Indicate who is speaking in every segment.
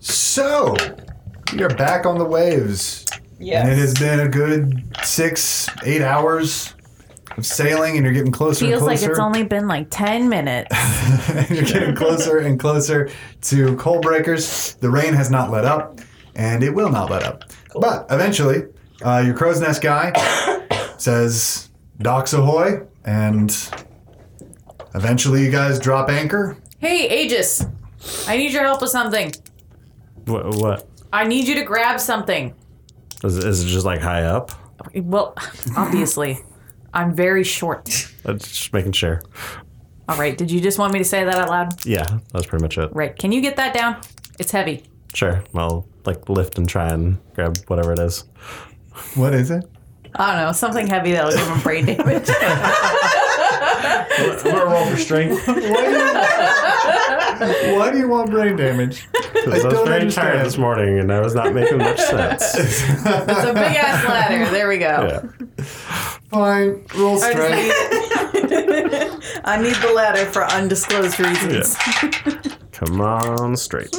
Speaker 1: So, we are back on the waves. And
Speaker 2: Yes.
Speaker 1: it has been a good six, eight hours of sailing, and you're getting closer
Speaker 3: Feels
Speaker 1: and
Speaker 3: like
Speaker 1: closer.
Speaker 3: it's only been like 10 minutes.
Speaker 1: and you're getting closer and closer to coal breakers. The rain has not let up, and it will not let up. But eventually, uh, your crow's nest guy says, "Docks ahoy!" and eventually you guys drop anchor.
Speaker 3: Hey, Aegis, I need your help with something.
Speaker 4: What? what?
Speaker 3: I need you to grab something.
Speaker 4: Is, is it just like high up?
Speaker 3: Well, obviously, I'm very short.
Speaker 4: I'm Uh, just making sure.
Speaker 3: All right, did you just want me to say that out loud?
Speaker 4: Yeah, that's pretty much it.
Speaker 3: Right, can you get that down? It's heavy.
Speaker 4: Sure. I'll like lift and try and grab whatever it is.
Speaker 1: What is it?
Speaker 3: I don't know, something heavy that'll give him brain damage.
Speaker 5: I'm gonna roll for strength.
Speaker 1: Why do you want brain damage?
Speaker 4: I,
Speaker 1: don't
Speaker 4: was very
Speaker 1: understand.
Speaker 4: tired this morning and I was not making much sense.
Speaker 3: It's a big ass ladder. There we go.
Speaker 4: Yeah.
Speaker 1: Fine, roll strength.
Speaker 2: I need the ladder for undisclosed reasons.
Speaker 4: Come on, straight.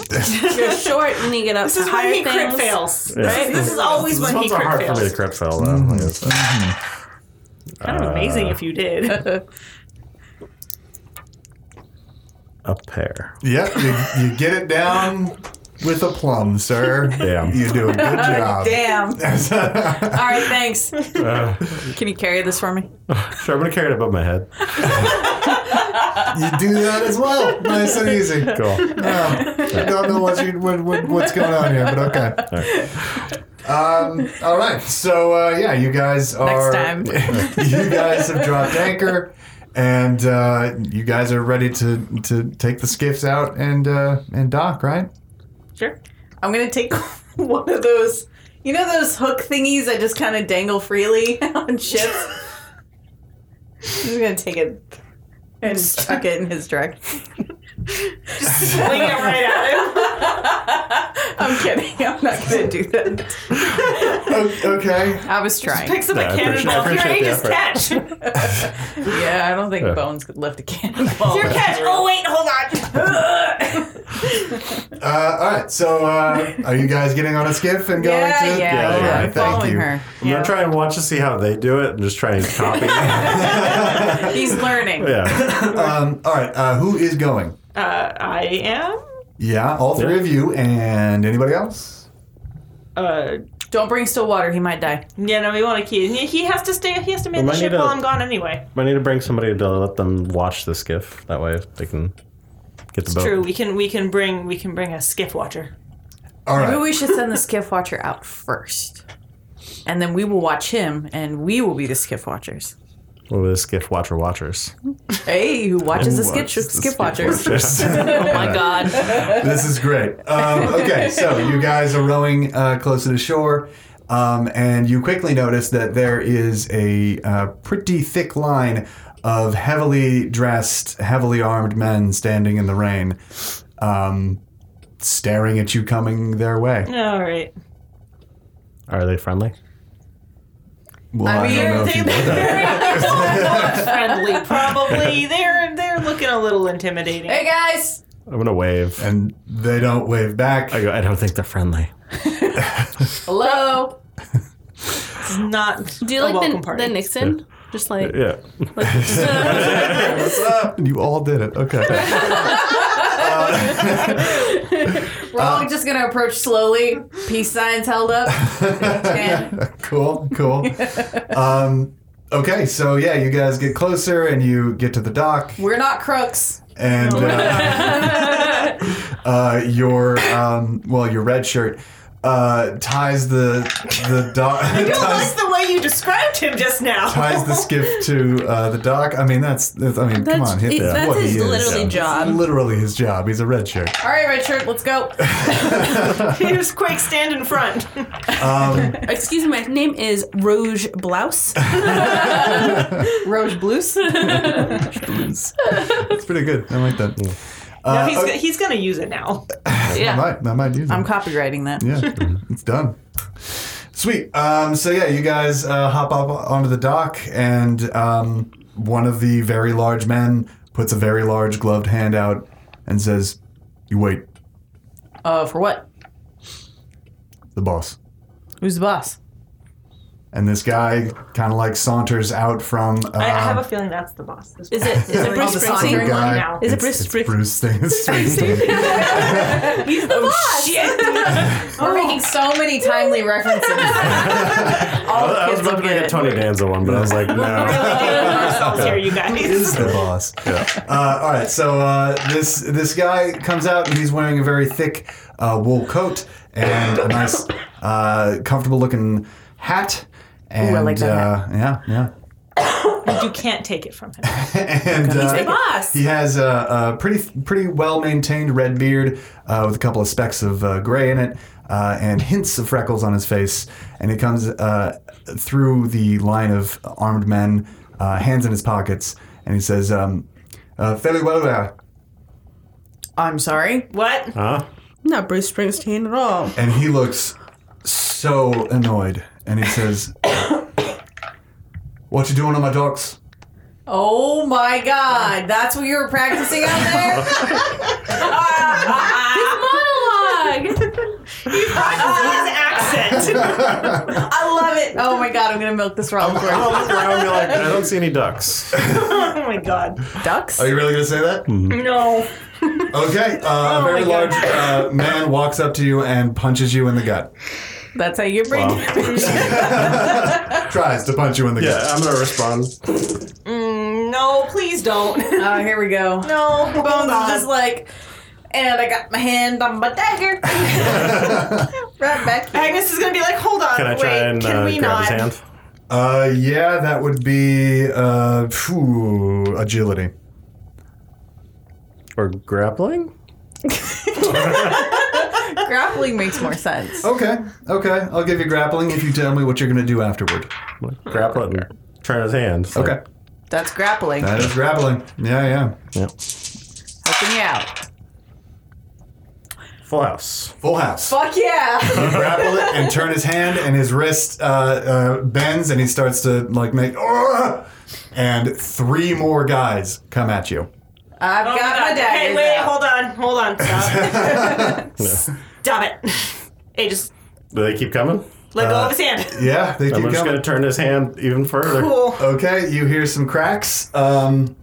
Speaker 6: You're short and you get up
Speaker 2: This
Speaker 6: to
Speaker 2: is when
Speaker 6: higher
Speaker 2: he crit
Speaker 6: things.
Speaker 2: fails,
Speaker 4: Yeah. Mm-hmm.
Speaker 2: right? This is always
Speaker 4: This
Speaker 2: when he
Speaker 4: one's a
Speaker 2: crit
Speaker 4: hard for me
Speaker 2: fails.
Speaker 4: to crit fail, though. Like, it's-
Speaker 1: Mm-hmm.
Speaker 4: uh,
Speaker 5: Kind of amazing if you did.
Speaker 4: A pair.
Speaker 1: Yep, you, you get it down with a plum, sir.
Speaker 4: Damn.
Speaker 1: You do a good job.
Speaker 3: Damn. All right, thanks. Can you carry this for me?
Speaker 4: Uh, Sure, I'm gonna carry it above my head.
Speaker 1: You do that as well. Nice and easy.
Speaker 4: Cool.
Speaker 1: Oh, I don't know what you, what, what, what's going on here, but okay. Um, all right. So uh, yeah, you guys are.
Speaker 3: time.
Speaker 1: you guys have dropped anchor, and uh, you guys are ready to to take the skiffs out and uh, and dock, right?
Speaker 2: Sure. I'm gonna take one of those. You know those hook thingies that just kind of dangle freely on ships. I'm just gonna take it and chuck it in his direction. just sling it right at him. I'm kidding. I'm not gonna do that.
Speaker 1: O- okay.
Speaker 3: I was trying.
Speaker 2: Picks up
Speaker 4: No, I
Speaker 2: a
Speaker 4: appreciate- I
Speaker 2: cannonball. Your
Speaker 4: appreciate the
Speaker 2: Aegis
Speaker 4: effort.
Speaker 2: catch.
Speaker 3: Yeah, I don't think
Speaker 4: Yeah.
Speaker 3: Bones could lift a cannonball.
Speaker 2: Your catch. Oh wait, hold on.
Speaker 1: Uh, all right. So uh, are you guys getting on a skiff and going
Speaker 3: Yeah,
Speaker 1: to?
Speaker 3: yeah,
Speaker 1: All
Speaker 4: yeah.
Speaker 1: right,
Speaker 4: I'm
Speaker 1: thank
Speaker 3: Following
Speaker 1: you.
Speaker 3: her.
Speaker 4: I'm gonna try and watch to see how they do it and just try and copy. yeah.
Speaker 3: He's learning.
Speaker 1: Um, all right. Uh, who is going?
Speaker 5: Uh, I am.
Speaker 1: Yeah, all three
Speaker 4: Yeah.
Speaker 1: of you and anybody else.
Speaker 5: Uh,
Speaker 3: Don't bring still water. He might die.
Speaker 5: yeah, no, we want to keep. He has to stay. He has to man the
Speaker 4: Remind me
Speaker 5: ship
Speaker 4: to-
Speaker 5: while I'm gone anyway.
Speaker 4: I need to bring somebody to let them watch the skiff. That way they can get the boat.
Speaker 5: True. We can. We can bring. We can bring a skiff watcher.
Speaker 1: All
Speaker 3: Maybe
Speaker 1: right.
Speaker 3: we should send the skiff watcher out first. And then we will watch him, and we will be the skiff watchers.
Speaker 4: What were the skiff watcher watchers?
Speaker 3: Hey, who watches the skiff,
Speaker 4: watches the
Speaker 3: skiff watchers?
Speaker 1: oh my god. This is great. Um, okay, so you guys are rowing uh, closer to shore. Um, and you quickly notice that there is a uh, pretty thick line of heavily dressed, heavily armed men standing in the rain, um, staring at you coming their way.
Speaker 5: All right.
Speaker 4: Are they friendly?
Speaker 1: Well, I, don't know if you know that.
Speaker 5: friendly, probably. They're they're looking a little intimidating.
Speaker 3: Hey guys!
Speaker 4: I'm gonna wave.
Speaker 1: And they don't wave back.
Speaker 4: I go. I don't think they're friendly.
Speaker 3: Hello!
Speaker 5: It's not.
Speaker 6: Do you like
Speaker 5: a welcome
Speaker 6: the,
Speaker 5: party.
Speaker 6: the Nixon? Just like
Speaker 4: Yeah.
Speaker 1: What's up? You all did it. Okay.
Speaker 3: We're
Speaker 4: Um,
Speaker 3: all just gonna approach slowly. Peace signs held up. And
Speaker 1: cool, cool. um, okay, so yeah, you guys get closer and you get to the dock,
Speaker 3: we're not crooks.
Speaker 1: and
Speaker 6: Oh.
Speaker 1: uh, uh, your um, well, your red shirt uh, ties the the dock
Speaker 5: That's
Speaker 1: ties,
Speaker 5: the way you described him just now.
Speaker 1: ties the skiff to uh, the dock. I mean, that's, that's I mean, come on, hit that.
Speaker 6: that's
Speaker 1: what
Speaker 6: his
Speaker 1: he is.
Speaker 6: literally
Speaker 1: It's
Speaker 6: job.
Speaker 1: Literally his job. He's a red shirt.
Speaker 3: All right, red shirt, let's go.
Speaker 5: Here's Quake stand in front.
Speaker 4: Uh,
Speaker 6: Excuse me, my name is Rouge Blouse.
Speaker 3: Roche Blues.
Speaker 1: It's pretty good. I like that.
Speaker 5: no,
Speaker 1: Uh,
Speaker 5: he's,
Speaker 1: okay.
Speaker 5: go- he's gonna use it now.
Speaker 1: I
Speaker 6: yeah.
Speaker 1: might, I might use
Speaker 3: I'm
Speaker 1: it.
Speaker 3: copywriting that.
Speaker 1: Yeah, it's done. Sweet. Um, so yeah, you guys uh, hop up onto the dock, and um, one of the very large men puts a very large gloved hand out and says, "You wait."
Speaker 3: Uh, for what?
Speaker 1: the boss.
Speaker 3: Who's the boss?
Speaker 1: And this guy kind of like saunters out from. Uh,
Speaker 5: I, I have a feeling that's the boss. This
Speaker 6: Is it? Is it Bruce
Speaker 3: the
Speaker 1: from
Speaker 3: same
Speaker 1: the
Speaker 6: Springsteen?
Speaker 1: guy.
Speaker 5: now.
Speaker 6: Is it
Speaker 1: It's-
Speaker 6: Bruce
Speaker 1: it's
Speaker 6: Spring-
Speaker 1: Bruce Springsteen?
Speaker 5: He's the boss.
Speaker 4: Oh.
Speaker 2: We're making so many timely references.
Speaker 4: I was- I was about to make a Tony Danza one, but I was like, no.
Speaker 5: We're killing ourselves here, you guys.
Speaker 1: is the boss. Uh, all right, so uh, this this guy comes out and he's wearing a very thick uh, wool coat and a nice, uh, comfortable looking hat. And
Speaker 3: I like that
Speaker 1: uh, yeah, yeah.
Speaker 5: You can't take it from him.
Speaker 1: And uh,
Speaker 6: the boss.
Speaker 1: He has a, a pretty pretty well maintained red beard uh, with a couple of specks of uh, gray in it. Uh, and hints of freckles on his face, and he comes uh, through the line of armed men, uh, hands in his pockets, and he says, um, uh, "Fairly well there,
Speaker 3: I'm sorry.
Speaker 5: What?
Speaker 4: Huh?
Speaker 6: Not Bruce Springsteen at all.
Speaker 1: And he looks so annoyed, and he says, "What you doing on my docks?"
Speaker 2: oh my god, that's what you were practicing out there?
Speaker 6: Monologue.
Speaker 5: Ah, His accent.
Speaker 2: I love it. Oh my god, I'm gonna milk this raw for
Speaker 4: I'll look around and be like, I don't see any ducks.
Speaker 5: oh my god.
Speaker 3: Ducks?
Speaker 1: Are you really gonna say that?
Speaker 5: No.
Speaker 1: Okay. Uh, a very large uh, man walks up to you and punches you in the gut.
Speaker 3: That's how you get brain
Speaker 4: Wow.
Speaker 1: Tries to punch you in the
Speaker 4: Yeah,
Speaker 1: gut.
Speaker 4: I'm gonna respond.
Speaker 5: No, please don't.
Speaker 2: Oh, here we go.
Speaker 5: No.
Speaker 2: Bones is just like, and I got my hand on my dagger. right back here.
Speaker 5: Agnes is gonna be like, hold on,
Speaker 4: Can I try
Speaker 5: wait,
Speaker 4: and
Speaker 5: can
Speaker 4: uh,
Speaker 5: we
Speaker 4: grab
Speaker 5: not?
Speaker 4: his hand?
Speaker 1: Uh, yeah, that would be uh, phew, agility.
Speaker 4: Or grappling?
Speaker 3: grappling makes more sense.
Speaker 1: Okay. Okay. I'll give you grappling if you tell me what you're gonna do afterward.
Speaker 4: Like, grapple it and try his hand. It's like,
Speaker 1: Okay.
Speaker 3: That's grappling.
Speaker 1: That is grappling. Yeah. Yeah.
Speaker 4: yeah.
Speaker 3: Helping you out.
Speaker 4: Full house.
Speaker 1: Full house.
Speaker 2: Fuck yeah.
Speaker 1: You grapple it and turn his hand, and his wrist uh, uh, bends, and he starts to like make. "Argh!" And three more guys come at you.
Speaker 2: I've
Speaker 5: Oh my
Speaker 2: got
Speaker 5: God.
Speaker 2: my dagger.
Speaker 5: Okay, wait, hold on, hold on. Stop, Stop it. Hey, just
Speaker 4: Do they keep coming?
Speaker 5: let go of
Speaker 4: Uh,
Speaker 5: his hand.
Speaker 1: Yeah, they
Speaker 4: I'm
Speaker 1: keep
Speaker 4: just
Speaker 1: going.
Speaker 4: gonna turn his hand even further.
Speaker 5: Cool.
Speaker 1: Okay, you hear some cracks um,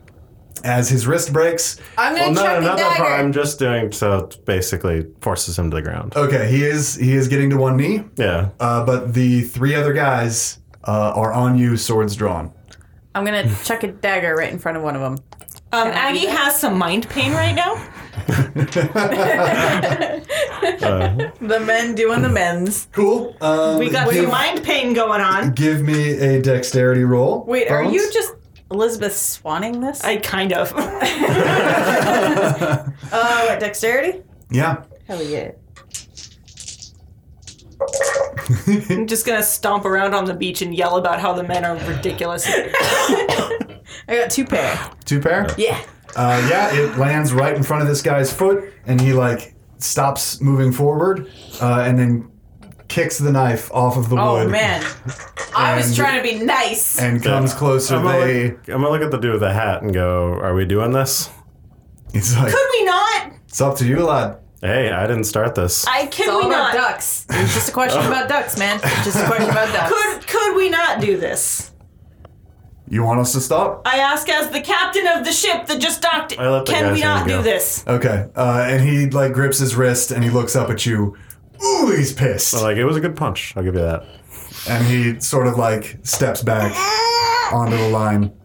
Speaker 1: as his wrist breaks.
Speaker 2: I'm gonna
Speaker 4: Well, no,
Speaker 2: chuck
Speaker 4: no,
Speaker 2: the
Speaker 4: not that
Speaker 2: dagger.
Speaker 4: part. I'm just doing so it basically forces him to the ground.
Speaker 1: Okay, he is he is getting to one knee,
Speaker 4: Yeah.
Speaker 1: uh, but the three other guys uh, are on you, swords drawn.
Speaker 3: I'm going to chuck a dagger right in front of one of them.
Speaker 5: Um, Aggie has some mind pain right now.
Speaker 4: Uh,
Speaker 3: The men doing the men's.
Speaker 1: Cool. Um,
Speaker 5: We got
Speaker 1: give,
Speaker 5: some mind pain going on.
Speaker 1: give me a dexterity roll.
Speaker 3: Wait, are
Speaker 1: Bones.
Speaker 3: you just Elizabeth Swanning this?
Speaker 5: I kind of.
Speaker 3: Oh, what, dexterity?
Speaker 1: Yeah.
Speaker 3: Hell yeah.
Speaker 5: I'm just gonna stomp around on the beach and yell about how the men are ridiculous.
Speaker 3: I got two pair.
Speaker 1: Two pair.
Speaker 3: Yeah.
Speaker 1: Uh, yeah, it lands right in front of this guy's foot, and he like stops moving forward, uh, and then kicks the knife off of the
Speaker 3: Oh,
Speaker 1: wood.
Speaker 3: man. I was
Speaker 1: And-
Speaker 3: trying to be nice.
Speaker 1: And comes closer.
Speaker 4: I'm gonna,
Speaker 1: They,
Speaker 4: look, I'm gonna look at the dude with the hat and go, "Are we doing this?
Speaker 1: he's like,
Speaker 5: Could we not?
Speaker 1: "It's up to you, lad."
Speaker 4: Hey, I didn't start this.
Speaker 5: I
Speaker 3: It's
Speaker 5: can
Speaker 3: all
Speaker 5: we
Speaker 3: about
Speaker 5: not?
Speaker 3: ducks. It's just a question
Speaker 1: Oh.
Speaker 3: about ducks, man. It's just a question about ducks.
Speaker 5: Could could we not do this?
Speaker 1: You want us to stop?
Speaker 5: I ask as the captain of the ship that just docked.
Speaker 4: I let the
Speaker 5: Can
Speaker 4: guy's
Speaker 5: we not
Speaker 4: hand go.
Speaker 5: do this?
Speaker 1: Okay. Uh, and he like grips his wrist, and he looks up at you. Ooh, he's pissed,
Speaker 4: I'm like it was a good punch. I'll give you that.
Speaker 1: and he sort of like steps back onto the line.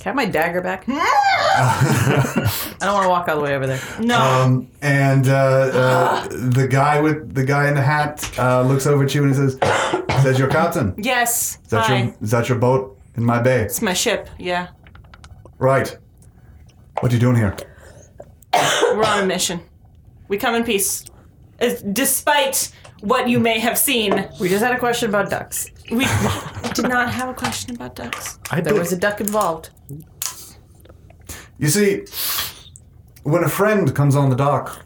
Speaker 3: Can I have my dagger back? I don't want to walk all the way over there.
Speaker 5: No.
Speaker 1: Um, and uh, uh, the guy with the guy in the hat uh, looks over at you and he says, "Is that your captain?"
Speaker 5: yes.
Speaker 1: Is that,
Speaker 5: Fine.
Speaker 1: your, is that your boat in my bay?
Speaker 5: It's my ship. Yeah.
Speaker 1: Right. What are you doing here?
Speaker 5: We're on a mission. We come in peace. As- Despite what you may have seen,
Speaker 3: We just had a question about ducks.
Speaker 5: we did not have a question about ducks.
Speaker 4: I
Speaker 3: There
Speaker 4: did-
Speaker 3: was a duck involved.
Speaker 1: You see, when a friend comes on the dock,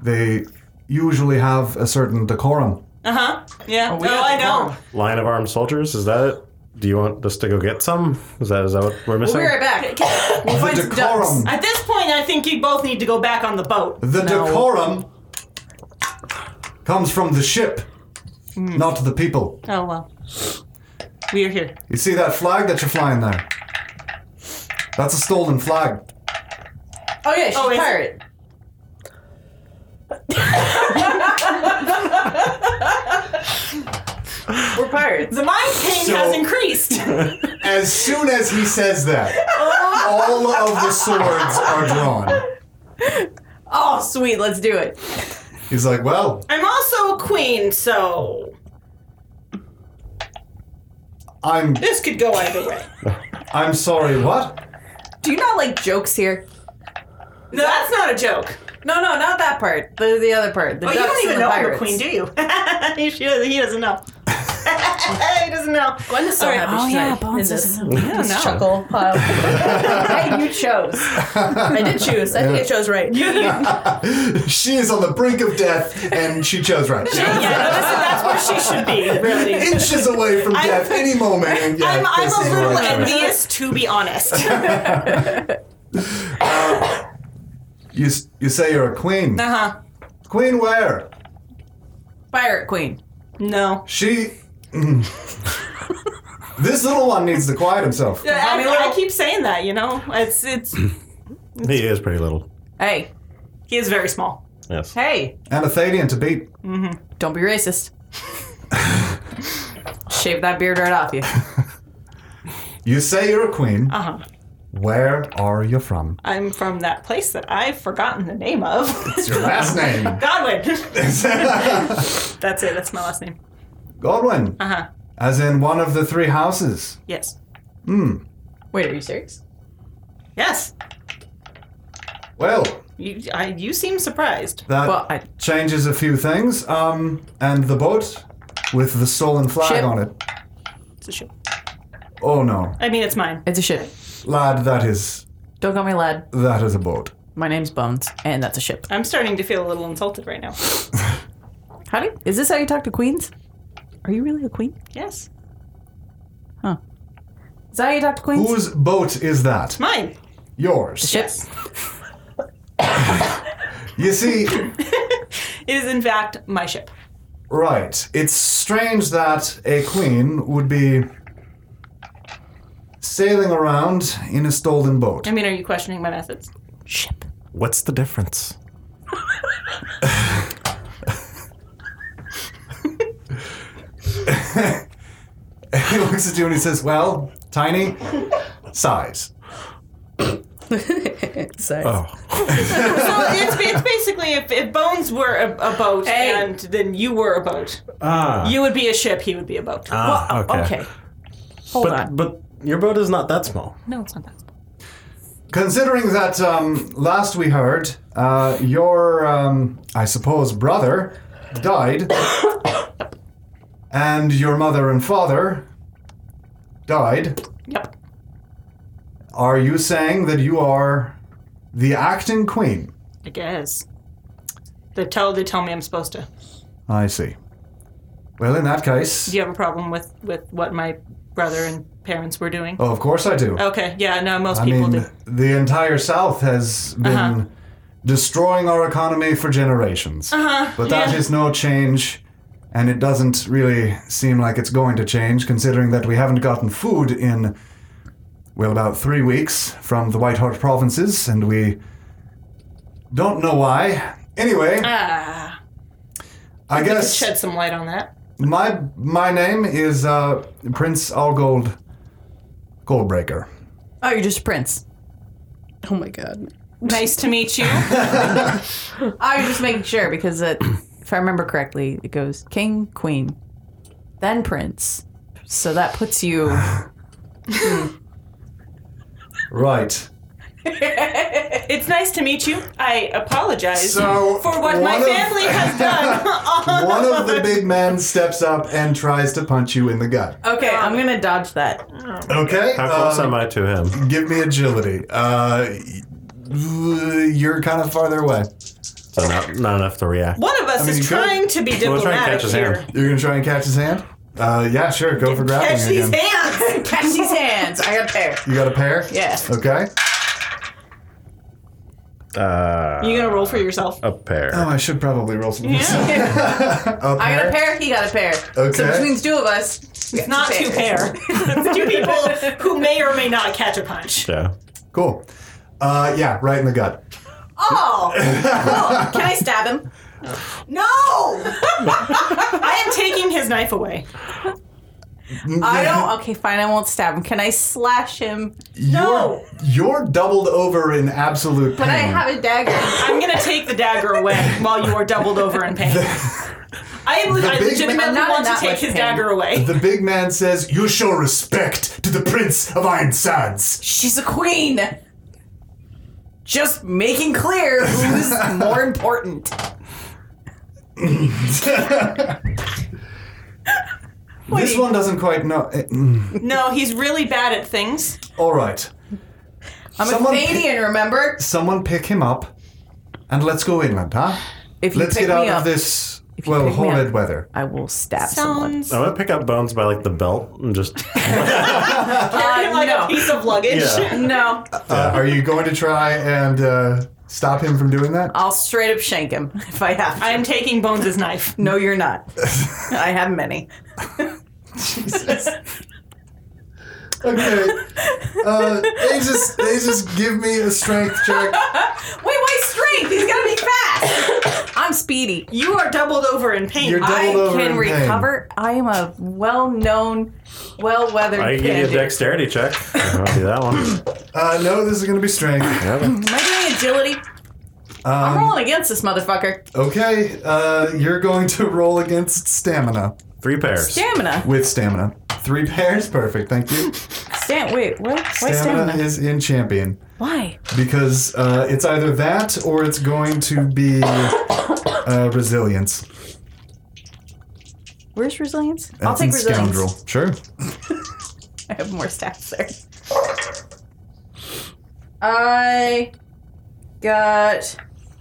Speaker 1: they usually have a certain decorum.
Speaker 5: Uh huh. Yeah.
Speaker 3: we
Speaker 5: no,
Speaker 3: got
Speaker 5: I
Speaker 3: the
Speaker 5: know.
Speaker 3: bomb.
Speaker 4: line of armed soldiers. Is that it? Do you want us to go get some? Is that is that what we're missing?
Speaker 3: We'll be right back. We'll find
Speaker 1: the
Speaker 3: some ducks.
Speaker 1: decorum.
Speaker 5: At this point, I think you both need to go back on the boat.
Speaker 1: The
Speaker 3: No.
Speaker 1: decorum comes from the ship. not the people.
Speaker 5: Hmm. Oh well. We are here.
Speaker 1: You see that flag that you're flying there? That's a stolen flag.
Speaker 2: Oh yeah, she's
Speaker 5: Oh,
Speaker 2: a
Speaker 5: is it-
Speaker 2: pirate. We're pirates.
Speaker 5: The mind pain
Speaker 1: So-
Speaker 5: has increased.
Speaker 1: As soon as he says that,
Speaker 5: Oh.
Speaker 1: all of the swords are drawn.
Speaker 2: Oh sweet, let's do it.
Speaker 1: He's like, well,
Speaker 5: I'm also a queen, so
Speaker 1: I'm
Speaker 5: this could go either way.
Speaker 1: I'm sorry, what?
Speaker 2: Do you not like jokes here?
Speaker 5: No, that's not a joke.
Speaker 2: No, no, not that part. The the other part. The
Speaker 5: Well, Oh, you
Speaker 2: ducks
Speaker 5: don't even
Speaker 2: and the
Speaker 5: know I'm a
Speaker 2: pirates.
Speaker 5: queen, do you? he, she doesn't- he doesn't know. he doesn't know.
Speaker 2: Gwen is so happy
Speaker 3: Oh
Speaker 2: she's
Speaker 3: yeah,
Speaker 2: not
Speaker 3: Bones
Speaker 2: in this.
Speaker 3: is. I don't know.
Speaker 2: chuckle pile. hey, you chose.
Speaker 6: I did choose. I think I chose right.
Speaker 1: she is on the brink of death, and she chose right.
Speaker 5: Yeah, listen, that's where she should be, really.
Speaker 1: Inches away from
Speaker 5: I'm-
Speaker 1: death any moment. And yeah,
Speaker 5: I'm,
Speaker 1: this
Speaker 5: I'm
Speaker 1: is
Speaker 5: a
Speaker 1: the
Speaker 5: little
Speaker 1: right choice.
Speaker 5: envious, to be honest. uh
Speaker 1: Uh, You, s- you say you're a queen.
Speaker 3: uh-huh,
Speaker 5: huh.
Speaker 1: Queen where?
Speaker 2: Pirate queen.
Speaker 5: No.
Speaker 1: She. mm. this little one needs to quiet himself.
Speaker 5: I,
Speaker 2: mean, little-
Speaker 5: I keep saying that, you know? It's, it's,
Speaker 4: He is pretty little.
Speaker 2: Hey,
Speaker 5: he is very small.
Speaker 4: Yes.
Speaker 2: hey,
Speaker 1: And a Thadian to beat.
Speaker 3: Don't be racist. Shave that beard right off you.
Speaker 1: You say you're a queen.
Speaker 5: Uh huh.
Speaker 1: Where are you from?
Speaker 5: I'm from that place that I've forgotten the name of.
Speaker 1: It's your last name.
Speaker 5: Godwin. that's it. That's my last name.
Speaker 1: Godwin.
Speaker 5: Uh huh.
Speaker 1: As in one of the three houses. Hmm.
Speaker 5: Yes.
Speaker 2: wait, are you serious?
Speaker 5: Yes.
Speaker 1: Well,
Speaker 5: You, I, you seem surprised.
Speaker 1: that
Speaker 3: Well, I-
Speaker 1: changes a few things. Um, and the boat with the stolen flag
Speaker 3: Ship.
Speaker 1: on it.
Speaker 5: It's a ship.
Speaker 1: Oh no,
Speaker 5: I mean, it's mine.
Speaker 3: It's a ship.
Speaker 1: lad, that is
Speaker 3: Don't call me lad.
Speaker 1: that is a boat.
Speaker 3: My name's Bones, and that's a ship.
Speaker 5: I'm starting to feel a little insulted right now.
Speaker 3: How do? You, is this how you talk to queens? Are you really a queen?
Speaker 5: Yes.
Speaker 3: Is that how you talk to queens?
Speaker 1: Whose boat is that?
Speaker 5: Mine.
Speaker 1: Yours.
Speaker 3: ship.
Speaker 1: You see,
Speaker 5: It is, in fact, my ship.
Speaker 1: right. It's strange that a queen would be sailing around in a stolen boat.
Speaker 5: I mean, are you questioning my methods?
Speaker 3: Ship.
Speaker 4: What's the difference?
Speaker 1: he looks at you and he says, "Well, tiny size."
Speaker 6: uh,
Speaker 4: Oh.
Speaker 5: So it's, it's basically if, if Bones were a, a boat and then you were a boat,
Speaker 4: Ah.
Speaker 5: you would be a ship, he would be a boat.
Speaker 4: ah okay.
Speaker 3: Okay. Hold
Speaker 4: But,
Speaker 3: on.
Speaker 4: but your boat is not that small.
Speaker 5: no, it's not that.
Speaker 1: Considering that um, last we heard, uh, your, um, I suppose, brother died, and your mother and father died,
Speaker 5: Yep.
Speaker 1: are you saying that you are the acting queen?
Speaker 5: I guess. They tell they tell me I'm supposed to.
Speaker 1: I see. Well, in that case,
Speaker 5: Do you have a problem with with what my brother and parents were doing?
Speaker 1: oh, of course I do.
Speaker 5: Okay. Yeah. No, most
Speaker 1: I
Speaker 5: people
Speaker 1: mean,
Speaker 5: do.
Speaker 1: the entire South has been
Speaker 5: Uh-huh.
Speaker 1: destroying our economy for generations.
Speaker 5: Uh-huh,
Speaker 1: But that is
Speaker 5: yeah.
Speaker 1: no change, and it doesn't really seem like it's going to change, considering that we haven't gotten food in, well, about three weeks from the White Hart provinces, and we don't know why. Anyway,
Speaker 5: Ah,
Speaker 1: I
Speaker 5: we could
Speaker 1: guess
Speaker 5: shed some light on that.
Speaker 1: my my name is uh, Prince Algold Goldbreaker.
Speaker 3: Oh, you're just a prince.
Speaker 6: Oh my god.
Speaker 5: Nice to meet you.
Speaker 3: I was just making sure because it, if I remember correctly, it goes king, queen, then prince. So that puts you.
Speaker 1: Right.
Speaker 5: it's nice to meet you. I apologize
Speaker 1: So
Speaker 5: for what my
Speaker 1: one of-
Speaker 5: family has done. on
Speaker 1: One of the big men steps up and tries to punch you in the gut.
Speaker 3: Okay, I'm gonna dodge that.
Speaker 1: Okay.
Speaker 4: How close
Speaker 1: um,
Speaker 4: am I to him?
Speaker 1: Give me agility. Uh, y- you're kind of farther away.
Speaker 4: So not, not enough to react.
Speaker 5: One of us
Speaker 1: mean, you
Speaker 5: is
Speaker 1: could.
Speaker 5: trying to be
Speaker 4: We'll try and
Speaker 5: diplomatic
Speaker 4: catch his
Speaker 5: here.
Speaker 4: hand.
Speaker 1: You're gonna try and catch his hand. Uh, yeah, sure. Go for grappling
Speaker 5: Catch these
Speaker 1: again.
Speaker 5: hands.
Speaker 3: Catch these hands. I got a pair.
Speaker 1: You got a pair.
Speaker 3: Yes.
Speaker 1: Okay.
Speaker 4: Uh,
Speaker 5: You gonna roll for yourself?
Speaker 4: a pair.
Speaker 1: Oh, I should probably roll some. a
Speaker 2: I got a
Speaker 1: pair?
Speaker 2: pair. He got a pair. So
Speaker 1: Okay.
Speaker 2: which means two of us. It's
Speaker 5: Not two pair. two people who may or may not catch a punch.
Speaker 4: Yeah.
Speaker 1: Cool. Uh, yeah, right in the gut.
Speaker 2: Oh, cool. can I stab him?
Speaker 5: No! I am taking his knife away.
Speaker 2: I don't. Okay, fine. I won't stab him. Can I slash him?
Speaker 5: No.
Speaker 1: You're, you're doubled over in absolute pain.
Speaker 2: But I have a dagger.
Speaker 5: I'm gonna take the dagger away while you are doubled over in pain. I, am, I
Speaker 1: big man-
Speaker 5: legitimately
Speaker 2: Not
Speaker 5: want to
Speaker 2: that
Speaker 5: take
Speaker 2: much
Speaker 5: his
Speaker 2: pain.
Speaker 5: dagger away.
Speaker 1: the big man says, You show respect to the Prince of Iron Sands.
Speaker 2: She's a queen. Just making clear who's more important.
Speaker 1: this one doesn't quite know. eh, mm.
Speaker 5: No, he's really bad at things.
Speaker 1: All right.
Speaker 2: I'm
Speaker 1: someone,
Speaker 2: a
Speaker 1: pick,
Speaker 2: Canadian, remember?
Speaker 1: someone pick him up and let's go inland, huh?
Speaker 3: If you
Speaker 1: Let's
Speaker 3: pick
Speaker 1: get out
Speaker 3: me
Speaker 1: of
Speaker 3: up,
Speaker 1: this,
Speaker 3: you
Speaker 1: well,
Speaker 3: pick me
Speaker 1: horrid
Speaker 3: up.
Speaker 1: weather.
Speaker 3: I will stab someone.
Speaker 5: Sounds
Speaker 4: I'm gonna pick up bones by like the belt and just
Speaker 5: carry him like a piece of luggage.
Speaker 4: Yeah.
Speaker 2: No,
Speaker 1: Uh, are you going to try and uh, stop him from doing that?
Speaker 2: I'll straight up shank him if I have.
Speaker 5: I
Speaker 2: To.
Speaker 5: am taking Bones' knife.
Speaker 2: No, you're not.
Speaker 3: Uh,
Speaker 2: I have many.
Speaker 1: Jesus. Okay. Uh, they just they just give me a strength check.
Speaker 2: Wait, why strength? He's gotta be fast. I'm speedy.
Speaker 5: You are doubled over in pain.
Speaker 1: You're
Speaker 2: I
Speaker 1: doubled over
Speaker 2: can
Speaker 1: in pain.
Speaker 2: recover. I am a well-known, well-weathered.
Speaker 4: I can give you a
Speaker 2: bandit.
Speaker 4: dexterity check. I'll do that one.
Speaker 1: Uh, no, this is gonna be strength.
Speaker 4: Yeah.
Speaker 2: Am I doing agility? I'm
Speaker 1: Um,
Speaker 2: rolling against this motherfucker.
Speaker 1: okay, uh, you're going to roll against stamina
Speaker 4: Three pairs.
Speaker 2: Stamina.
Speaker 1: with stamina. Three pairs, perfect. Thank you.
Speaker 2: Stam. Wait, what? Why
Speaker 1: Stamina
Speaker 2: stamina?
Speaker 1: is in champion
Speaker 2: Why?
Speaker 1: because uh, it's either that or it's going to be uh, resilience.
Speaker 2: Where's resilience? I'll
Speaker 1: That's
Speaker 2: take
Speaker 1: in
Speaker 2: resilience.
Speaker 1: Scoundrel. Sure.
Speaker 2: I have more stats there. I got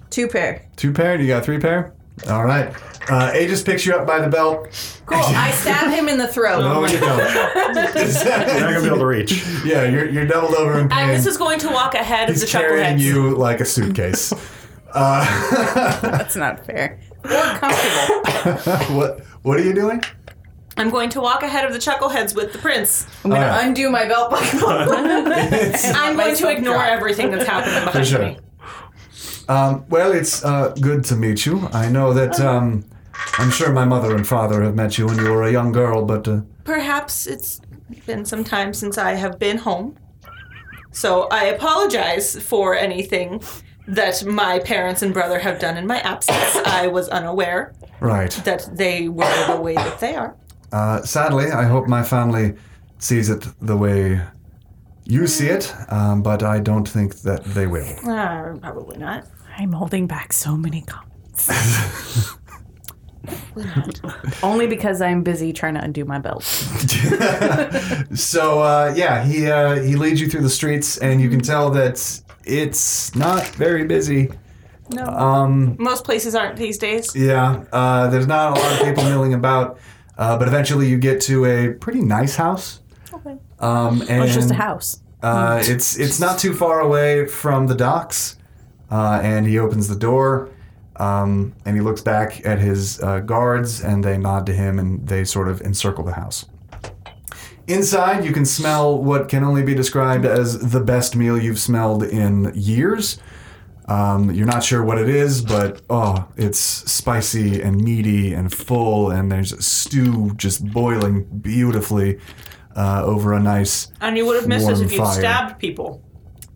Speaker 2: two pair.
Speaker 1: Two pair. You got three pair. All right. Uh, Aegis picks you up by the belt.
Speaker 2: Cool. I stab him in the throat.
Speaker 1: Oh, you
Speaker 4: You're not
Speaker 1: don't.
Speaker 4: gonna be able to reach.
Speaker 1: yeah, you're, you're doubled over in
Speaker 3: Uh,
Speaker 1: pain.
Speaker 5: Agnes is going to walk ahead of
Speaker 1: He's
Speaker 5: the
Speaker 1: carrying
Speaker 5: chuckleheads.
Speaker 1: you like a suitcase. uh,
Speaker 2: That's not fair. Or comfortable.
Speaker 1: what What are you doing?
Speaker 5: I'm going to walk ahead of the chuckleheads with the prince.
Speaker 2: I'm gonna
Speaker 1: Alright.
Speaker 2: undo my belt buckle.
Speaker 1: It's-
Speaker 5: I'm going to
Speaker 2: myself
Speaker 5: ignore
Speaker 2: drop.
Speaker 5: everything that's happening
Speaker 1: for
Speaker 5: behind
Speaker 1: sure.
Speaker 5: me.
Speaker 1: Um, well, it's uh, good to meet you. I know that um, I'm sure my mother and father have met you when you were a young girl, but uh,
Speaker 5: Perhaps it's been some time since I have been home. So I apologize for anything that my parents and brother have done in my absence. I was unaware
Speaker 1: right.
Speaker 5: that they were the way that they are.
Speaker 1: Uh, sadly, I hope my family sees it the way you see it, um, but I don't think that they will.
Speaker 5: Uh, probably not.
Speaker 3: I'm holding back so many comments. Only because I'm busy trying to undo my belt.
Speaker 1: so uh, yeah, he uh, he leads you through the streets, and you can tell that it's not very busy.
Speaker 5: No.
Speaker 1: Um,
Speaker 5: Most places aren't these days.
Speaker 1: yeah, uh, there's not a lot of people milling about, uh, but eventually you get to a pretty nice house. Okay. Um, and
Speaker 3: Oh, It's just a house.
Speaker 1: Uh, it's it's not too far away from the docks, uh, and he opens the door, um, and he looks back at his uh, guards, and they nod to him, and they sort of encircle the house. Inside, you can smell what can only be described as the best meal you've smelled in years. Um, you're not sure what it is, but oh, it's spicy and meaty and full, and there's a stew just boiling beautifully uh, over a nice
Speaker 5: And you would have missed us
Speaker 1: Warm
Speaker 5: if you'd
Speaker 1: fire.
Speaker 5: stabbed people.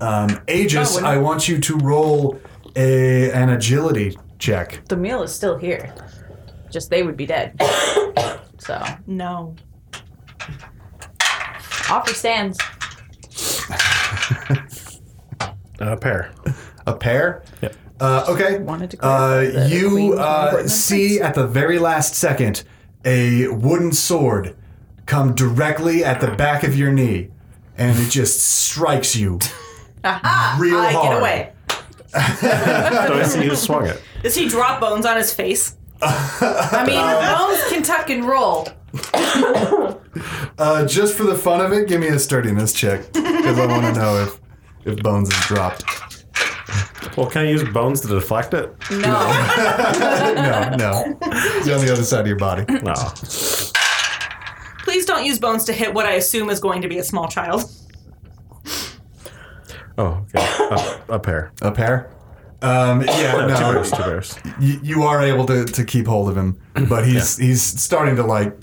Speaker 1: um, Aegis,
Speaker 5: Oh, well.
Speaker 1: I want you to roll a an agility check.
Speaker 3: The meal is still here. Just they would be dead. so
Speaker 5: No.
Speaker 3: offer stands.
Speaker 4: A pair.
Speaker 1: A pair.
Speaker 4: Yep.
Speaker 1: Uh, okay.
Speaker 3: Wanted to
Speaker 1: Uh,
Speaker 3: clarify that the queen
Speaker 1: you
Speaker 3: was more important
Speaker 1: uh,
Speaker 3: than
Speaker 1: see at the very last second a wooden sword come directly at the back of your knee, and it just strikes you real
Speaker 2: I
Speaker 1: hard.
Speaker 2: get away.
Speaker 4: So I see you swung it.
Speaker 5: Does he drop bones on his face?
Speaker 2: I mean, bones can tuck and roll.
Speaker 1: Uh, just for the fun of it, give me a sturdiness check because I want to know if if Bones is dropped.
Speaker 4: Well, can I use bones to deflect it?
Speaker 3: Mm. No.
Speaker 1: no, no. It's on the other side of your body.
Speaker 4: No.
Speaker 5: Please don't use bones to hit what I assume is going to be a small child.
Speaker 4: Oh, okay. A, a pair.
Speaker 1: A pair? Um, yeah,
Speaker 4: No, two
Speaker 1: no.
Speaker 4: pairs. Two pairs.
Speaker 1: You, you are able to, to keep hold of him, but he's he's starting to like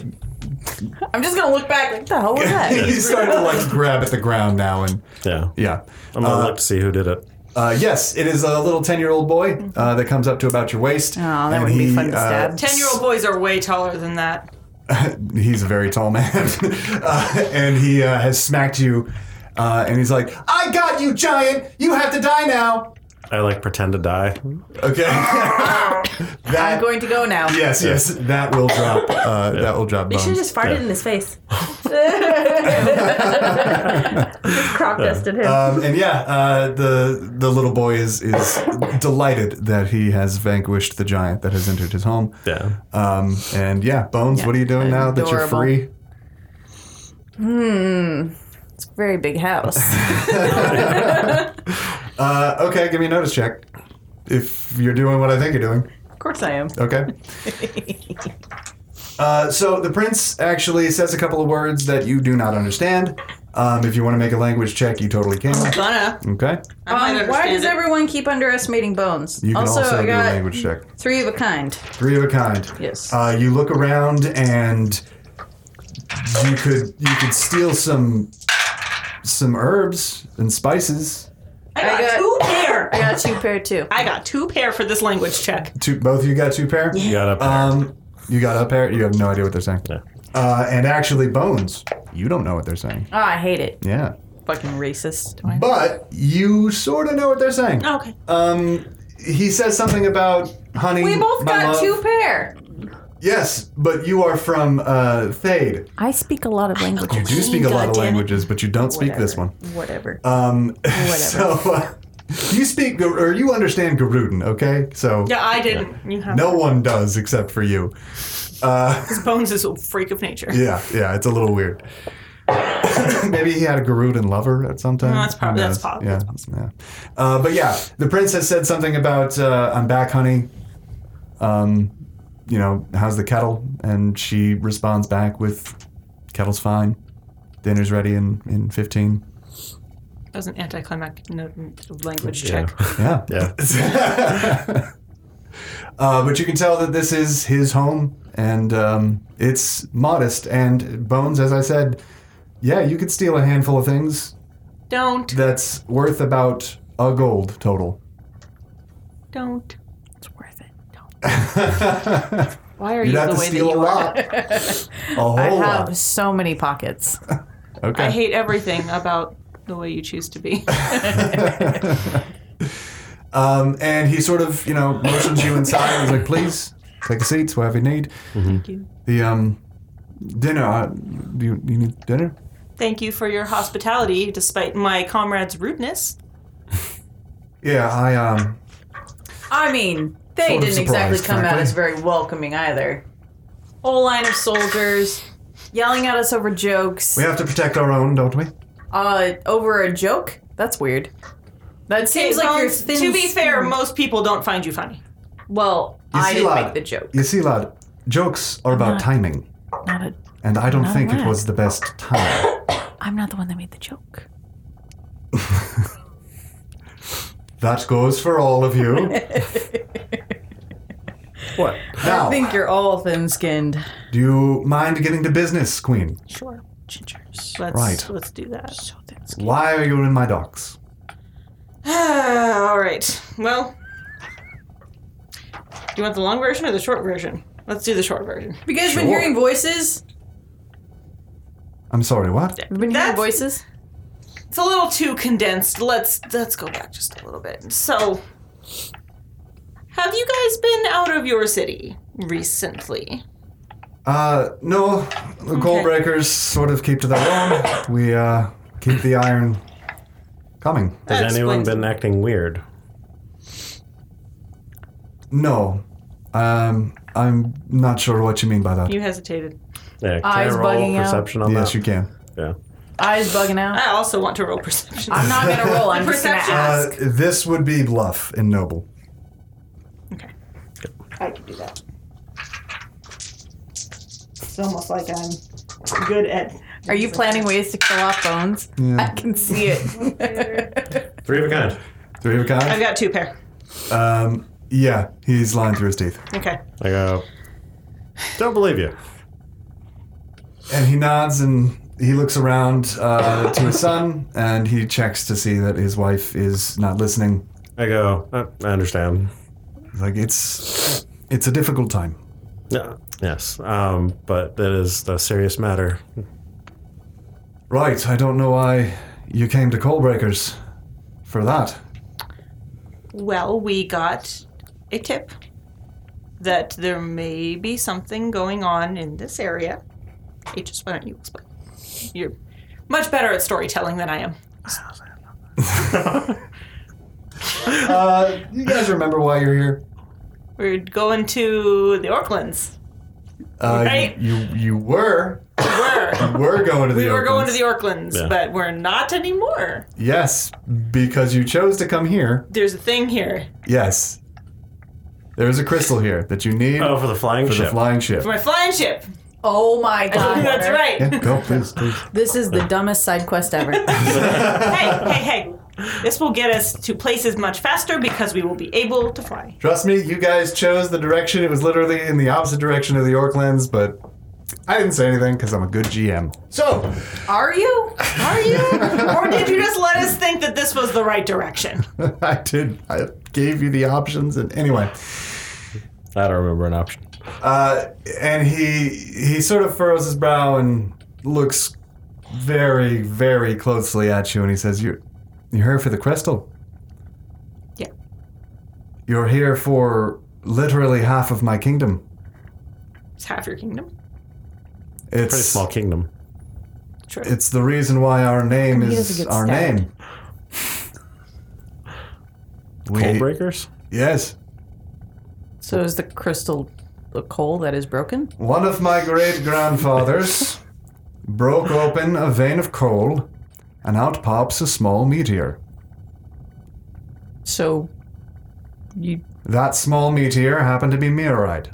Speaker 2: I'm just gonna look back. Like,
Speaker 3: the hell was that?
Speaker 1: he's starting to like grab at the ground now and
Speaker 4: Yeah.
Speaker 1: yeah.
Speaker 4: I'm gonna look to see who did it.
Speaker 1: Uh, yes, it is a little ten-year-old boy uh, that comes up to about your waist. uh, Oh,
Speaker 3: that would be fun to stab.
Speaker 5: Ten-year-old boys are way taller than that.
Speaker 1: he's a very tall man, uh, and he uh, has smacked you, uh, and he's like, "I got you, giant. You have to die now."
Speaker 4: I like pretend to die.
Speaker 1: Okay.
Speaker 3: I'm
Speaker 1: that
Speaker 3: going to go now.
Speaker 1: yes, yes, that will drop. Uh, That will drop
Speaker 6: You should have
Speaker 1: bones.
Speaker 6: just farted
Speaker 4: Yeah.
Speaker 6: in his face. just crop dusted him.
Speaker 1: Um, and yeah, uh, the the little boy is is delighted that he has vanquished the giant that has entered his home.
Speaker 4: Yeah.
Speaker 1: Um, and yeah, Bones, what are you doing now that you're
Speaker 3: Adorable.
Speaker 1: free?
Speaker 3: It's a very big house.
Speaker 1: Uh, okay, give me a notice check. If you're doing what I think you're doing.
Speaker 3: of course I am.
Speaker 1: Okay. uh, so the prince actually says a couple of words that you do not understand. Um, if you want to make a language check, you totally can.
Speaker 5: Gonna.
Speaker 1: Okay.
Speaker 5: I might
Speaker 3: Um, why
Speaker 5: understand
Speaker 3: does
Speaker 5: it.
Speaker 3: everyone keep underestimating bones?
Speaker 1: You can also, do
Speaker 3: I
Speaker 1: a
Speaker 3: got
Speaker 1: language check.
Speaker 3: three of a kind.
Speaker 1: Three of a kind.
Speaker 3: Yes.
Speaker 1: Uh, you look around and you could you could steal some some herbs and spices.
Speaker 5: I got,
Speaker 3: I got-
Speaker 5: two pair.
Speaker 3: I got two pair too.
Speaker 5: I got two pair for this language check.
Speaker 1: Two, both of you got two pair.
Speaker 4: You got a pair.
Speaker 1: Um, you got a pair. You have no idea what they're saying.
Speaker 4: Yeah.
Speaker 1: Uh, and actually, bones. You don't know what they're saying.
Speaker 3: Oh, I hate it.
Speaker 1: Yeah.
Speaker 3: Fucking racist.
Speaker 1: But you sort of know what they're saying.
Speaker 3: Oh.
Speaker 5: Okay.
Speaker 1: Um, he says something about honey.
Speaker 3: We both
Speaker 1: my
Speaker 3: got
Speaker 1: love.
Speaker 3: two pair.
Speaker 1: Yes, but you are from uh, Thade.
Speaker 3: I speak a lot of
Speaker 1: You
Speaker 3: languages.
Speaker 1: do speak a lot of
Speaker 5: Goddamn it.
Speaker 1: languages, but you don't speak this one.
Speaker 3: Whatever.
Speaker 1: Um, so uh, you speak Gar- or you understand Garudan, okay? So
Speaker 5: Yeah, I didn't. You have
Speaker 1: no one does except for you. Uh,
Speaker 5: His bones is a freak of nature.
Speaker 1: Yeah, yeah, it's a little weird. Maybe he had a Garudan lover at some time.
Speaker 5: No, that's
Speaker 1: Who
Speaker 5: prob- that's
Speaker 1: knows?
Speaker 5: prob-
Speaker 1: yeah,
Speaker 5: that's
Speaker 1: Yeah. Uh, but yeah, the prince has said something about uh, I'm back, honey. Um, you know, how's the kettle? And she responds back with, "Kettle's fine. Dinner's ready in in 15."
Speaker 5: That was an anticlimactic no, language
Speaker 4: Yeah.
Speaker 5: check.
Speaker 1: Yeah.
Speaker 4: Yeah.
Speaker 1: uh, but you can tell that this is his home, and um, it's modest. And Bones, as I said, yeah, you could steal a handful of things.
Speaker 5: Don't.
Speaker 1: That's worth about a gold total.
Speaker 5: Don't.
Speaker 3: It's worth it.
Speaker 6: Why are
Speaker 1: You'd
Speaker 6: you
Speaker 1: have
Speaker 6: the
Speaker 1: to
Speaker 6: way that
Speaker 1: steal a
Speaker 6: you are?
Speaker 1: lot. A whole
Speaker 3: I have
Speaker 1: lot.
Speaker 3: so many pockets.
Speaker 1: Okay.
Speaker 5: I hate everything about the way you choose to be.
Speaker 1: um, and he sort of, you know, motions you inside. He's like, please, take a seat, whatever you need.
Speaker 5: Thank you.
Speaker 1: The um, dinner, uh, do you, you need dinner?
Speaker 5: Thank you for your hospitality, despite my comrade's rudeness.
Speaker 1: Yeah, I um,
Speaker 3: I mean, they
Speaker 1: Sort of
Speaker 3: didn't exactly
Speaker 1: surprised,
Speaker 3: come
Speaker 1: frankly.
Speaker 3: out as very welcoming either. Whole line of soldiers yelling at us over jokes.
Speaker 1: we have to protect our own, don't we?
Speaker 3: Uh, over a joke? That's weird. That seems like you're
Speaker 5: Bones,
Speaker 3: thin.
Speaker 5: to be fair, most people don't find you funny.
Speaker 3: well,
Speaker 1: You
Speaker 3: I
Speaker 1: see, uh,
Speaker 3: didn't
Speaker 1: lad,
Speaker 3: make the joke.
Speaker 1: You see, lad, jokes are about timing.
Speaker 3: Not a,
Speaker 1: And I don't think it
Speaker 3: allowed.
Speaker 1: was the best time.
Speaker 3: I'm not the one that made the joke.
Speaker 1: that goes for all of you.
Speaker 4: What?
Speaker 1: now,
Speaker 3: I think you're all thin-skinned.
Speaker 1: do you mind getting to business, Queen?
Speaker 5: Sure.
Speaker 3: Gingers.
Speaker 5: Let's
Speaker 1: Right.
Speaker 5: let's do that.
Speaker 3: So thin-skinned.
Speaker 1: Why are you in my docks?
Speaker 5: All right. Well, do you want the long version or the short version? Let's do the short version.
Speaker 3: Have you guys been
Speaker 1: Sure.
Speaker 3: hearing voices?
Speaker 1: I'm sorry, what?
Speaker 3: Have you been
Speaker 5: That's-
Speaker 3: hearing voices?
Speaker 5: It's a little too condensed. Let's let's go back just a little bit. So, have you guys been out of your city recently?
Speaker 1: Uh, no, the gold
Speaker 5: Okay.
Speaker 1: breakers sort of keep to their own. We, uh, keep the iron coming.
Speaker 5: That
Speaker 4: Has anyone
Speaker 5: explains-
Speaker 4: been acting weird?
Speaker 1: No. Um, I'm not sure what you mean by that.
Speaker 5: You hesitated.
Speaker 4: Yeah, can
Speaker 3: Eyes
Speaker 4: I roll
Speaker 3: bugging out.
Speaker 4: perception on
Speaker 1: yes,
Speaker 4: that?
Speaker 1: you can.
Speaker 4: yeah.
Speaker 3: Eyes bugging out.
Speaker 5: I also want to roll perception.
Speaker 3: I'm not gonna roll. I'm just gonna
Speaker 5: Perception.
Speaker 1: Uh,
Speaker 3: ask.
Speaker 1: this would be bluff and noble.
Speaker 2: I can do that. It's almost like I'm good at.
Speaker 3: Are you planning ways to kill off bones?
Speaker 1: Yeah.
Speaker 3: I can see it.
Speaker 4: Three of a kind.
Speaker 1: Three of a
Speaker 5: I've
Speaker 1: kind.
Speaker 5: got two pair.
Speaker 1: Um, yeah, he's lying through his teeth,
Speaker 5: Okay.
Speaker 4: I go. Don't believe you.
Speaker 1: and he nods and he looks around uh, to his son, and he checks to see that his wife is not listening.
Speaker 4: I go. I, I understand.
Speaker 1: He's Like it's it's a difficult time.
Speaker 4: Yeah. Yes. Um, but that is a serious matter.
Speaker 1: Right, I don't know why you came to Callbreakers for that.
Speaker 5: Well, we got a tip that there may be something going on in this area. Aegis, why don't you explain? You're much better at storytelling than I am.
Speaker 1: Uh, you guys remember why you're here?
Speaker 5: We're going to the Orklands.
Speaker 1: Uh, you-
Speaker 5: Right.
Speaker 1: you, you were
Speaker 5: We were.
Speaker 1: were going to the
Speaker 5: We were going
Speaker 1: Oaklands.
Speaker 5: to the Orklands,
Speaker 4: Yeah.
Speaker 5: but we're not anymore.
Speaker 1: Yes, because you chose to come here.
Speaker 5: There's a thing here.
Speaker 1: Yes. There is a crystal here that you need
Speaker 4: Oh, for the flying
Speaker 1: for
Speaker 4: ship.
Speaker 1: the flying ship.
Speaker 5: For my flying ship.
Speaker 3: Oh my god.
Speaker 5: That's right.
Speaker 1: Yeah, go, please, please.
Speaker 3: This is the dumbest side quest ever.
Speaker 5: Hey, hey, hey. This will get us to places much faster because we will be able to fly.
Speaker 1: Trust me, you guys chose the direction. It was literally in the opposite direction of the Orklands, but I didn't say anything because I'm a good GM. So,
Speaker 3: Are you?
Speaker 5: Are you? or did you just let us think that this was the right direction?
Speaker 1: I did. I gave you the options, and anyway.
Speaker 4: I don't remember an option.
Speaker 1: Uh, and he he sort of furrows his brow and looks very very closely at you, and he says, "You you're here for the crystal.
Speaker 5: Yeah.
Speaker 1: You're here for literally half of my kingdom.
Speaker 5: It's half your kingdom.
Speaker 1: It's
Speaker 4: Pretty small kingdom.
Speaker 5: True.
Speaker 1: It's the reason why our name is
Speaker 3: get
Speaker 1: our
Speaker 3: stabbed.
Speaker 1: name. We-
Speaker 4: Cold breakers.
Speaker 1: Yes.
Speaker 3: So is the crystal the coal that is broken?
Speaker 1: One of my great grandfathers broke open a vein of coal, and out pops a small meteor.
Speaker 3: So you
Speaker 1: That small meteor happened to be Meteorite.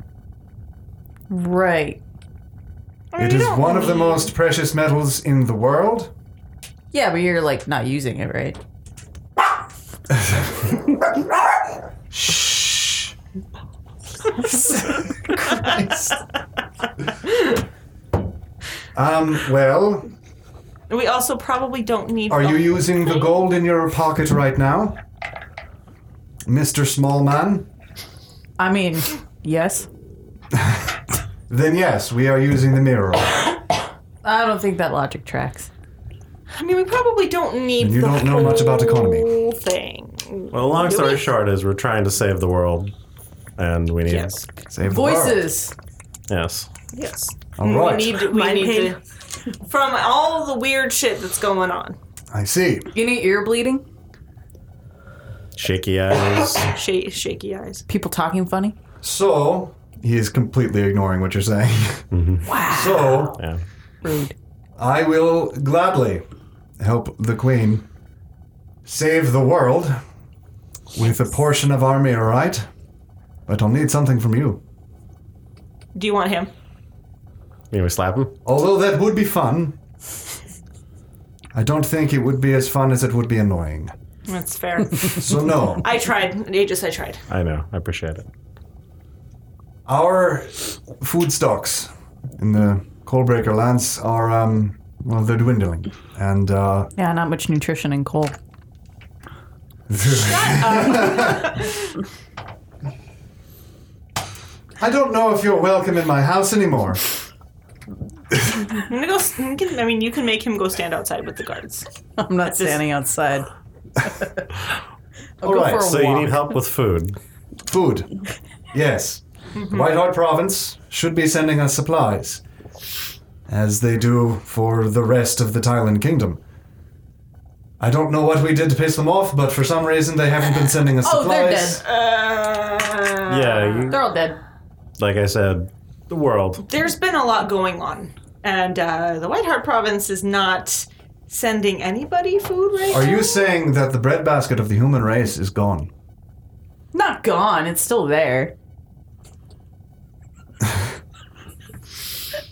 Speaker 3: right.
Speaker 1: It is one of the most precious metals in the world.
Speaker 3: Yeah, but you're like not using it, right?
Speaker 1: Shh. um, well,
Speaker 5: We also probably don't need.
Speaker 1: are you
Speaker 5: the-
Speaker 1: using the gold in your pocket right now? Mr. Smallman?
Speaker 3: I mean, yes.
Speaker 1: Then yes, we are using the mirror.
Speaker 3: I don't think that logic tracks.
Speaker 5: I mean, we probably don't need.
Speaker 1: You
Speaker 5: the
Speaker 1: don't know much about economy.
Speaker 5: whole Thing.
Speaker 4: Well, long story short is we're trying to save the world, and we need
Speaker 5: Yes.
Speaker 1: Save the world.
Speaker 3: Voices.
Speaker 4: yes.
Speaker 5: Yes.
Speaker 1: All
Speaker 5: We
Speaker 1: right.
Speaker 5: need. We
Speaker 6: Mind
Speaker 5: need
Speaker 6: pain.
Speaker 5: to. From all the weird shit that's going on.
Speaker 1: I see.
Speaker 3: Any ear bleeding?
Speaker 4: Shaky eyes.
Speaker 5: Sh- shaky eyes.
Speaker 3: People talking funny?
Speaker 1: So, he is completely ignoring what you're saying. So,
Speaker 4: yeah.
Speaker 3: Rude.
Speaker 1: I will gladly help the Queen save the world with a portion of our meteorite, but I'll need something from you.
Speaker 5: Do you want him?
Speaker 4: You we slap him.
Speaker 1: Although that would be fun, I don't think it would be as fun as it would be annoying.
Speaker 5: That's fair.
Speaker 1: So, no.
Speaker 5: I tried. Aegis, I tried.
Speaker 4: I know. I appreciate it.
Speaker 1: Our food stocks in the Coalbreaker lands are, um, well, they're dwindling. And, uh,
Speaker 3: Yeah, not much nutrition in coal.
Speaker 1: I don't know if you're welcome in my house anymore.
Speaker 5: I'm gonna go. s- I can- I mean, you can make him go stand outside with the guards.
Speaker 3: I'm not standing outside.
Speaker 1: All right,
Speaker 3: Oh, for a
Speaker 4: So you
Speaker 3: walk.
Speaker 4: need help with food.
Speaker 1: food. Yes.
Speaker 3: Mm-hmm.
Speaker 1: The White Hart Province should be sending us supplies, as they do for the rest of the Thailand Kingdom. I don't know what we did to piss them off, but for some reason they haven't been sending us
Speaker 3: Oh,
Speaker 1: supplies.
Speaker 3: they're
Speaker 5: Uh,
Speaker 4: Yeah. You,
Speaker 3: They're all dead.
Speaker 4: like I said, the world.
Speaker 5: There's been a lot going on, and uh, the White Hart Province is not sending anybody food right
Speaker 1: Are
Speaker 5: now?
Speaker 1: you saying that the breadbasket of the human race is gone?
Speaker 3: Not gone. It's still there.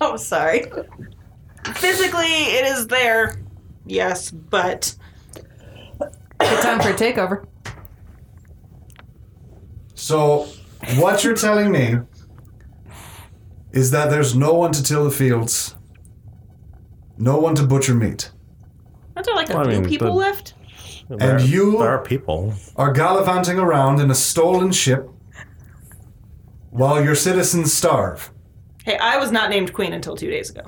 Speaker 2: I'm sorry.
Speaker 5: Physically, it is there. Yes, but
Speaker 3: It's time for a takeover.
Speaker 1: So, what you're telling me is that there's no one to till the fields, no one to butcher meat.
Speaker 5: aren't there like a
Speaker 4: Well, I
Speaker 5: few
Speaker 4: mean,
Speaker 5: people
Speaker 4: the-
Speaker 5: left?
Speaker 4: There-
Speaker 1: you-
Speaker 4: There are people.
Speaker 1: Are gallivanting around in a stolen ship while your citizens starve.
Speaker 5: Hey, I was not named queen until two days ago.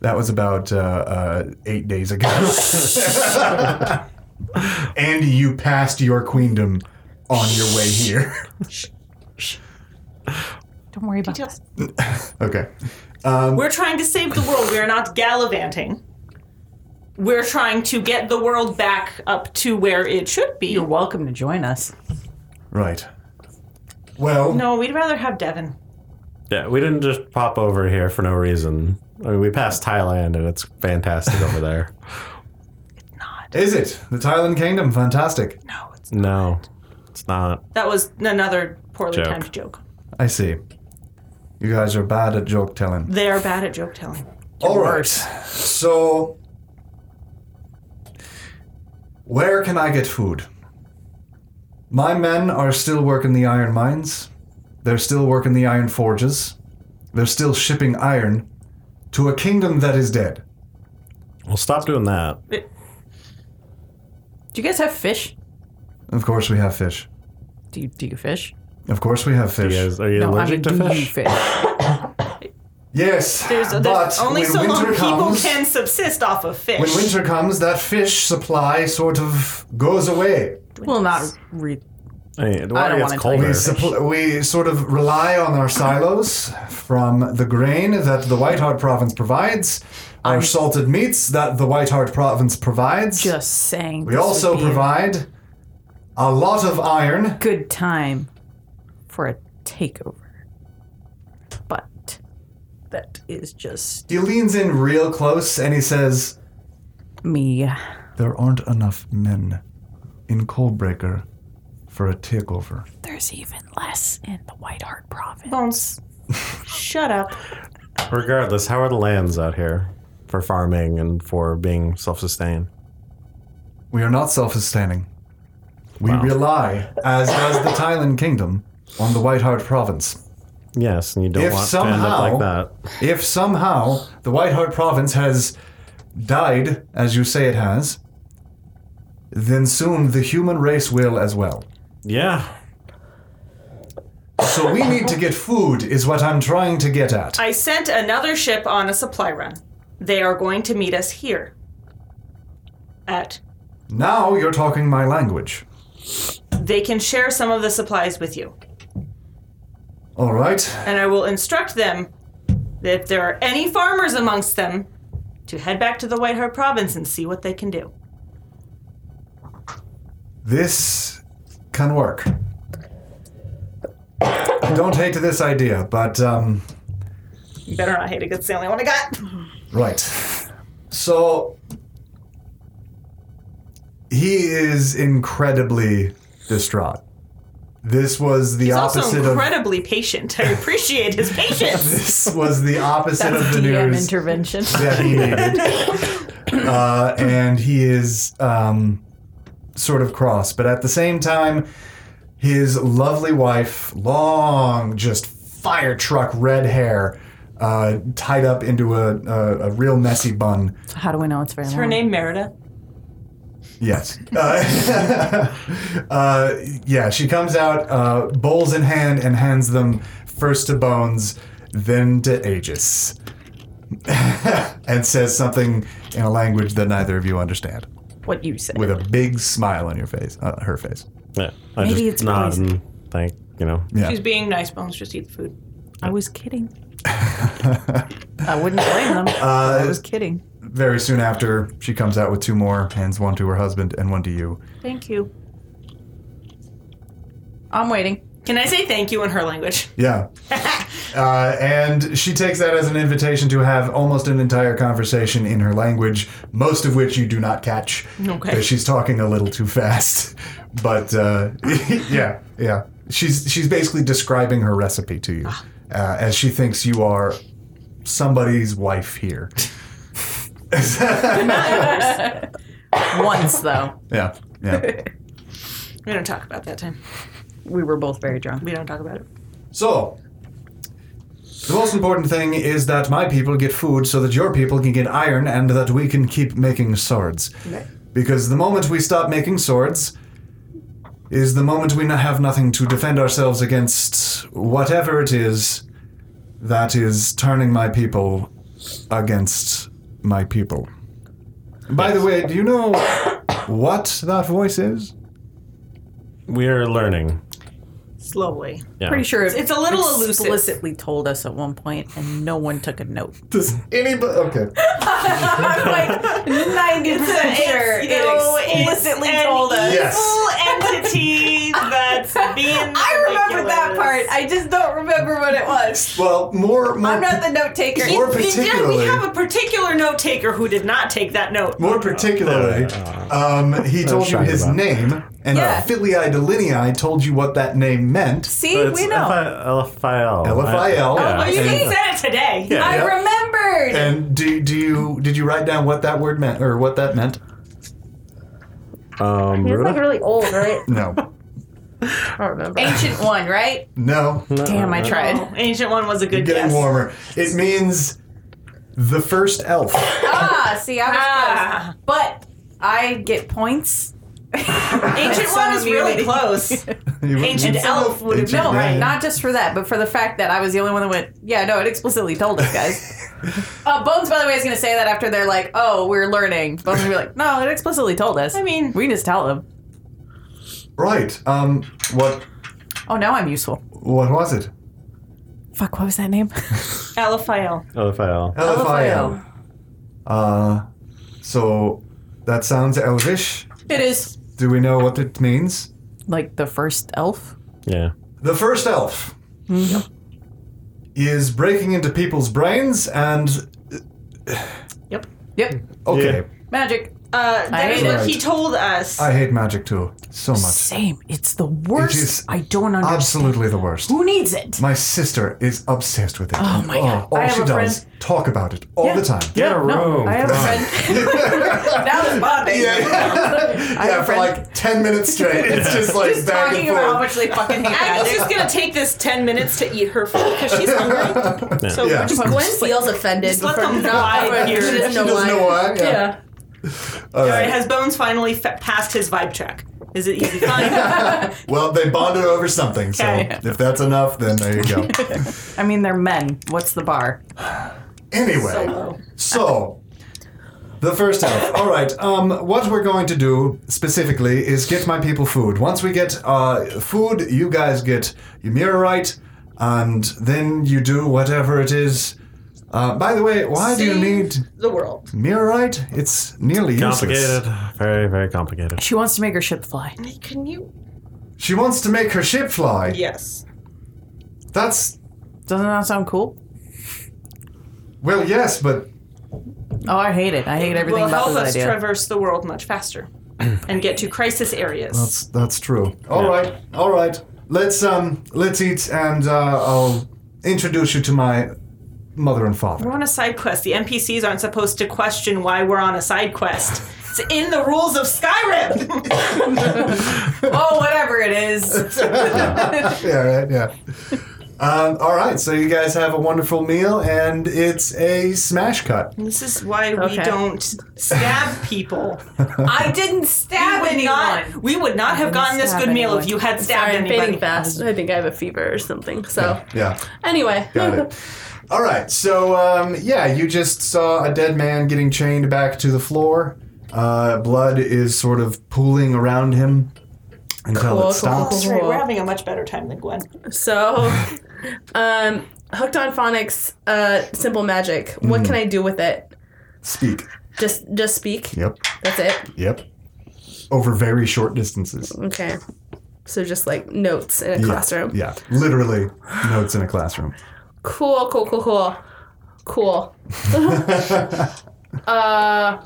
Speaker 1: That was about uh, uh, eight days ago. and you passed your queendom on your way here.
Speaker 3: Don't worry about it.
Speaker 5: Details.
Speaker 1: okay.
Speaker 5: We're trying to save the world. We are not gallivanting. We're trying to get the world back up to where it should be.
Speaker 3: You're welcome to join us.
Speaker 1: Right. Well,
Speaker 5: No, we'd rather have Devin.
Speaker 4: Yeah, we didn't just pop over here for no reason. I mean, we passed Thailand and it's fantastic over there.
Speaker 1: is it? The Thailand Kingdom, fantastic.
Speaker 5: No, it's,
Speaker 4: No, it's not.
Speaker 5: that was another poorly
Speaker 4: Joke.
Speaker 5: timed joke.
Speaker 1: I see. You guys are bad at joke telling.
Speaker 5: They are bad at joke telling.
Speaker 1: All right. So, where can I get food? My men are still working the iron mines. They're still working the iron forges. They're still shipping iron to a kingdom that is dead.
Speaker 4: Well, stop doing that.
Speaker 3: Do you guys have fish?
Speaker 1: Of course, we have fish.
Speaker 3: Do you do you fish?
Speaker 1: Of course, we have
Speaker 4: You
Speaker 1: fish.
Speaker 4: guys, are you
Speaker 3: I
Speaker 4: allergic
Speaker 3: mean, do
Speaker 4: to
Speaker 3: you
Speaker 4: fish?
Speaker 3: fish?
Speaker 1: Yes,
Speaker 5: There's, there's
Speaker 1: but
Speaker 5: only
Speaker 1: when
Speaker 5: so long
Speaker 1: winter
Speaker 5: people
Speaker 1: comes,
Speaker 5: can subsist off of fish.
Speaker 1: when winter comes, that fish supply sort of goes away.
Speaker 3: well, not re-
Speaker 4: I mean, the
Speaker 3: don't
Speaker 4: water gets
Speaker 3: wanna
Speaker 4: colder.
Speaker 1: We, suppl- we sort of rely on our silos from the grain that the White Hart province provides, our salted meats that the White Hart province provides.
Speaker 3: just saying.
Speaker 1: we
Speaker 3: this would
Speaker 1: also
Speaker 3: be a
Speaker 1: provide a lot of iron.
Speaker 3: good time for a takeover, but that is just
Speaker 1: He leans in real close and he says,
Speaker 3: me.
Speaker 1: There aren't enough men in Coldbreaker for a takeover.
Speaker 3: There's even less in the White Hart province.
Speaker 5: Bones, shut up.
Speaker 4: Regardless, how are the lands out here for farming and for being self-sustained?
Speaker 1: We are not self sustaining. We rely, as does the Thailand Kingdom, on the White Hart province.
Speaker 4: Yes, and you don't
Speaker 1: If
Speaker 4: want to end up like
Speaker 1: somehow-
Speaker 4: that.
Speaker 1: If somehow the White Hart province has died, as you say it has, then soon the human race will as well.
Speaker 4: Yeah,
Speaker 1: So we need to get food, is what I'm trying to get at.
Speaker 5: I sent another ship on a supply run. They are going to meet us here. At
Speaker 1: Now you're talking my language.
Speaker 5: they can share some of the supplies with you.
Speaker 1: All right.
Speaker 5: and I will instruct them that if there are any farmers amongst them to head back to the White Hart province and see what they can do.
Speaker 1: This can work. Don't hate this idea, but, um,
Speaker 5: You better not hate it, 'cause it's the only one I got.
Speaker 1: Right. So he is incredibly distraught. This was the
Speaker 5: He's also
Speaker 1: opposite of
Speaker 5: incredibly patient. I appreciate his patience.
Speaker 1: this was the opposite of the
Speaker 3: DM
Speaker 1: news
Speaker 3: intervention.
Speaker 1: that he needed. uh, and he is um, sort of cross, but at the same time, his lovely wife, long, just fire truck red hair, uh, tied up into a, a, a real messy bun.
Speaker 3: How do we know it's very
Speaker 5: Her name Merida.
Speaker 1: Yes. Uh, uh, yeah, she comes out, uh, bowls in hand, and hands them first to Bones, then to Aegis. and says something in a language that neither of you understand,
Speaker 3: What you said.
Speaker 1: with a big smile on your face, uh, her face.
Speaker 4: yeah. I
Speaker 3: Maybe
Speaker 4: just
Speaker 3: it's
Speaker 4: nod
Speaker 3: poison.
Speaker 4: and thank you know.
Speaker 1: Yeah.
Speaker 5: She's being nice, Bones. Just eat the food.
Speaker 3: I was kidding. I wouldn't blame them.
Speaker 1: Uh,
Speaker 3: I was kidding.
Speaker 1: Very soon after, she comes out with two more, hands one to her husband and one to you.
Speaker 5: Thank you.
Speaker 3: I'm waiting.
Speaker 5: Can I say thank you in her language?
Speaker 1: Yeah. Uh, and she takes that as an invitation to have almost an entire conversation in her language, most of which you do not catch.
Speaker 5: Okay.
Speaker 1: Because she's talking a little too fast. But uh, yeah, yeah. She's, she's basically describing her recipe to you uh, as she thinks you are somebody's wife here.
Speaker 3: Once though,
Speaker 1: Yeah, yeah.
Speaker 5: We don't talk about that time.
Speaker 3: we were both very drunk.
Speaker 5: We don't talk about it.
Speaker 1: So, the most important thing is that my people get food so that your people can get iron and that we can keep making swords. Because the moment we stop making swords is the moment we no- have nothing to defend ourselves against whatever it is that is turning my people against my people. By the way, do you know what that voice is?
Speaker 4: We are learning.
Speaker 5: Slowly.
Speaker 4: Yeah.
Speaker 3: Pretty sure
Speaker 5: It's a little elusive.
Speaker 3: explicitly told us at one point, and no one took a note.
Speaker 1: Does anybody? Okay.
Speaker 3: I'm like ninety percent sure
Speaker 5: you know,
Speaker 3: it explicitly
Speaker 5: it's an
Speaker 3: told us.
Speaker 1: Yes.
Speaker 5: entity that's being.
Speaker 3: I remember that part. I just don't remember what it was.
Speaker 1: Well, more. more
Speaker 3: I'm not the note taker.
Speaker 1: More particularly-
Speaker 5: we have a particular note taker who did not take that note.
Speaker 1: More particularly, um, he told you
Speaker 4: shy
Speaker 1: his
Speaker 4: about it.
Speaker 1: name, and
Speaker 3: Yeah.
Speaker 1: Filii Delinei told you what that name meant.
Speaker 3: See,
Speaker 4: But it's
Speaker 3: we know.
Speaker 4: LFIL.
Speaker 1: LFIL.
Speaker 4: Yeah.
Speaker 5: Oh, you
Speaker 1: and,
Speaker 5: guys said it today.
Speaker 4: Yeah.
Speaker 3: I remembered.
Speaker 1: and do do you did you write down what that word meant or what that meant?
Speaker 4: Um,
Speaker 7: He's like
Speaker 4: Rhoda?
Speaker 7: really old, right?
Speaker 1: No,
Speaker 7: I don't remember.
Speaker 3: Ancient one, right?
Speaker 1: no.
Speaker 4: No,
Speaker 3: Damn, I
Speaker 4: no.
Speaker 3: tried.
Speaker 5: Oh, ancient one was a good
Speaker 1: Getting
Speaker 5: guess.
Speaker 1: warmer. It means the first elf.
Speaker 3: Ah, see, I was
Speaker 5: Ah.
Speaker 3: close. But I get points.
Speaker 5: Ancient
Speaker 3: Some
Speaker 5: one
Speaker 3: of
Speaker 5: is
Speaker 3: you-
Speaker 5: really close. Ancient elf would have
Speaker 1: Ancient
Speaker 3: No,
Speaker 1: man.
Speaker 3: right. Not just for that, but for the fact that I was the only one that went, yeah, no, it explicitly told us, guys. uh, Bones, by the way, is going to say that after they're like, oh, we're learning. Bones will be like, no, it explicitly told us.
Speaker 5: I mean-
Speaker 3: we can just tell them.
Speaker 1: Right. Um. What
Speaker 3: Oh, now I'm useful.
Speaker 1: what was it?
Speaker 3: Fuck, what was that name?
Speaker 5: Alaphael.
Speaker 4: LFIL.
Speaker 1: LFIL. Uh. So that sounds elvish.
Speaker 3: it is
Speaker 1: Do we know what it means?
Speaker 3: like the first elf.
Speaker 4: Yeah.
Speaker 1: The first elf
Speaker 3: Mm-hmm.
Speaker 1: is breaking into people's brains and
Speaker 3: Yep.
Speaker 1: okay.
Speaker 3: Magic.
Speaker 5: Uh, that is
Speaker 3: hate
Speaker 5: what
Speaker 1: it.
Speaker 5: he told us.
Speaker 1: I hate magic too so much.
Speaker 3: Same. It's the worst.
Speaker 1: is
Speaker 3: I don't understand.
Speaker 1: Absolutely the worst.
Speaker 3: Who needs it?
Speaker 1: My sister is obsessed with it.
Speaker 3: Oh my God.
Speaker 1: all
Speaker 3: I have
Speaker 1: she
Speaker 3: a
Speaker 1: does talk about it all the time.
Speaker 4: Get a room.
Speaker 3: I have a friend. that was bonding.
Speaker 1: Yeah, yeah.
Speaker 3: have a
Speaker 1: for
Speaker 3: friend-
Speaker 1: like ten minutes straight. It's just like
Speaker 3: Just
Speaker 1: back and
Speaker 3: talking about how
Speaker 1: forth.
Speaker 3: much they fucking hate
Speaker 5: Agnes
Speaker 3: magic.
Speaker 5: is gonna take this ten minutes to eat her food because she's hungry. So
Speaker 1: Yeah.
Speaker 5: we're just
Speaker 7: Gwen feels offended.
Speaker 5: Just let
Speaker 7: for
Speaker 5: them
Speaker 7: not-
Speaker 5: lie
Speaker 7: She
Speaker 5: here.
Speaker 7: doesn't
Speaker 5: She
Speaker 7: know
Speaker 1: She doesn't
Speaker 7: why.
Speaker 1: know why. Yeah.
Speaker 7: Yeah.
Speaker 1: All
Speaker 5: All
Speaker 1: right.
Speaker 5: right, has Bones finally fa- passed his vibe check? Is it easy? Fine.
Speaker 1: well, they bonded over something, so
Speaker 5: Okay.
Speaker 1: if that's enough, then there you go.
Speaker 3: I mean, they're men. What's the bar?
Speaker 1: Anyway, so the first half. All right. Um, what we're going to do specifically is get my people food. Once we get uh, food, you guys get Emirite, and then you do whatever it is. Uh, by the way, why do you need
Speaker 5: the world.
Speaker 1: Mirrorite? It's nearly
Speaker 4: Complicated.
Speaker 1: useless.
Speaker 4: Very, very complicated.
Speaker 3: She wants to make her ship fly.
Speaker 5: Can you?
Speaker 1: She wants to make her ship fly.
Speaker 5: Yes.
Speaker 1: That's
Speaker 3: Doesn't that sound cool?
Speaker 1: well, yes, but
Speaker 3: Oh, I hate it. I hate everything
Speaker 5: will
Speaker 3: about
Speaker 5: help us
Speaker 3: this idea.
Speaker 5: traverse the world much faster and get to crisis areas.
Speaker 1: that's that's true. All right, all right. Let's um, let's eat, and uh, I'll introduce you to my mother and father.
Speaker 5: We're on a side quest. The NPCs aren't supposed to question why we're on a side quest. It's in the rules of Skyrim.
Speaker 3: oh, whatever it is.
Speaker 1: yeah, right, yeah. Um, all right, so you guys have a wonderful meal, and it's a smash cut.
Speaker 5: this is why we
Speaker 7: Okay.
Speaker 5: don't stab people.
Speaker 3: I didn't stab
Speaker 5: would
Speaker 3: anyone.
Speaker 5: not, we would not have gotten this
Speaker 3: stab
Speaker 5: good meal
Speaker 3: anyone.
Speaker 5: if you had stabbed
Speaker 7: Sorry, I'm fading
Speaker 5: anybody.
Speaker 7: fast. I think I have a fever or something. So
Speaker 1: Yeah,
Speaker 7: anyway,
Speaker 1: got it. All right, so um, yeah, you just saw a dead man getting chained back to the floor. Uh, blood is sort of pooling around him until it stops.
Speaker 5: That's right. Oh, We're having a much better time than Gwen.
Speaker 7: so um, hooked on phonics, uh, simple magic. What
Speaker 1: Mm.
Speaker 7: can I do with it?
Speaker 1: Speak.
Speaker 7: Just just speak.
Speaker 1: Yep,
Speaker 7: That's it.
Speaker 1: yep. Over very short distances.
Speaker 7: Okay. So just like notes in a classroom.
Speaker 1: Yeah, literally notes in a classroom.
Speaker 7: Cool, cool, cool, cool. Cool. uh,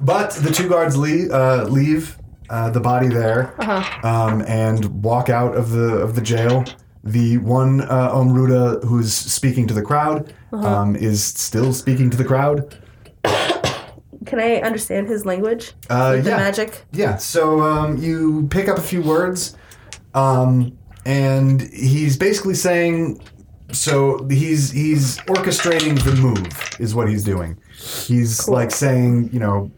Speaker 1: But the two guards leave, uh, leave uh, the body there
Speaker 7: Uh-huh.
Speaker 1: um, and walk out of the of the jail. The one uh, Omruda who's speaking to the crowd
Speaker 7: Uh-huh.
Speaker 1: um, is still speaking to the crowd.
Speaker 7: can I understand his language?
Speaker 1: Uh,
Speaker 7: The
Speaker 1: yeah,
Speaker 7: magic?
Speaker 1: yeah. So um, you pick up a few words, um, and he's basically saying. So he's he's orchestrating the move is what he's doing. He's like saying, you know,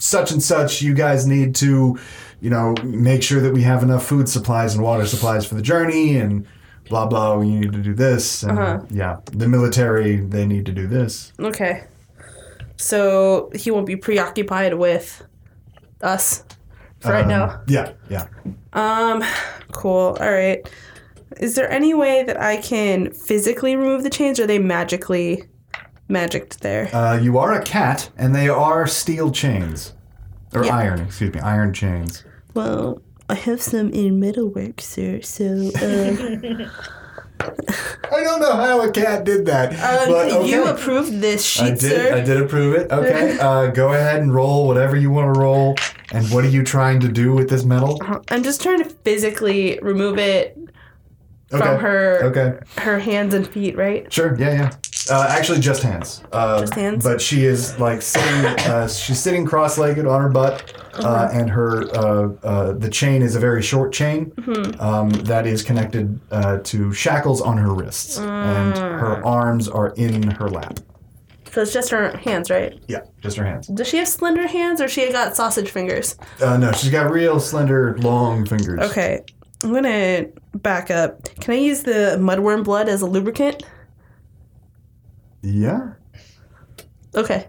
Speaker 1: such and such, you guys need to, you know, make sure that we have enough food supplies and water supplies for the journey and blah blah. We need to do this and yeah, the military they need to do this.
Speaker 7: Okay. So he won't be preoccupied with us for right
Speaker 1: Um,
Speaker 7: now.
Speaker 1: Yeah, yeah.
Speaker 7: Um, cool. All right. Is there any way that I can physically remove the chains? Or are they magically magicked there?
Speaker 1: Uh, you are a cat, and they are steel chains. Or
Speaker 7: Yeah.
Speaker 1: iron, excuse me, iron chains.
Speaker 7: Well, I have some in metalwork, sir. So uh,
Speaker 1: I don't know how a cat did that. but okay.
Speaker 7: Uh, Um, you approved this sheet,
Speaker 1: I did,
Speaker 7: sir.
Speaker 1: I did approve it. Okay, uh, go ahead and roll whatever you want to roll. And what are you trying to do with this metal?
Speaker 7: Uh, I'm just trying to physically remove it
Speaker 1: Okay.
Speaker 7: from her
Speaker 1: Okay.
Speaker 7: her hands and feet, right?
Speaker 1: Sure. Yeah, yeah. Uh, actually, just hands. Uh,
Speaker 7: Just hands?
Speaker 1: But she is like sitting. Uh, she's sitting cross-legged on her butt, uh, and her uh, uh, the chain is a very short chain um, that is connected uh, to shackles on her wrists, and her arms are in her lap.
Speaker 7: So it's just her hands, right?
Speaker 1: Yeah, just her hands.
Speaker 7: Does she have slender hands or she got sausage fingers?
Speaker 1: Uh, no, she's got real slender, long fingers.
Speaker 7: Okay. I'm gonna back up. Can I use the mudworm blood as a lubricant?
Speaker 1: Yeah.
Speaker 7: Okay.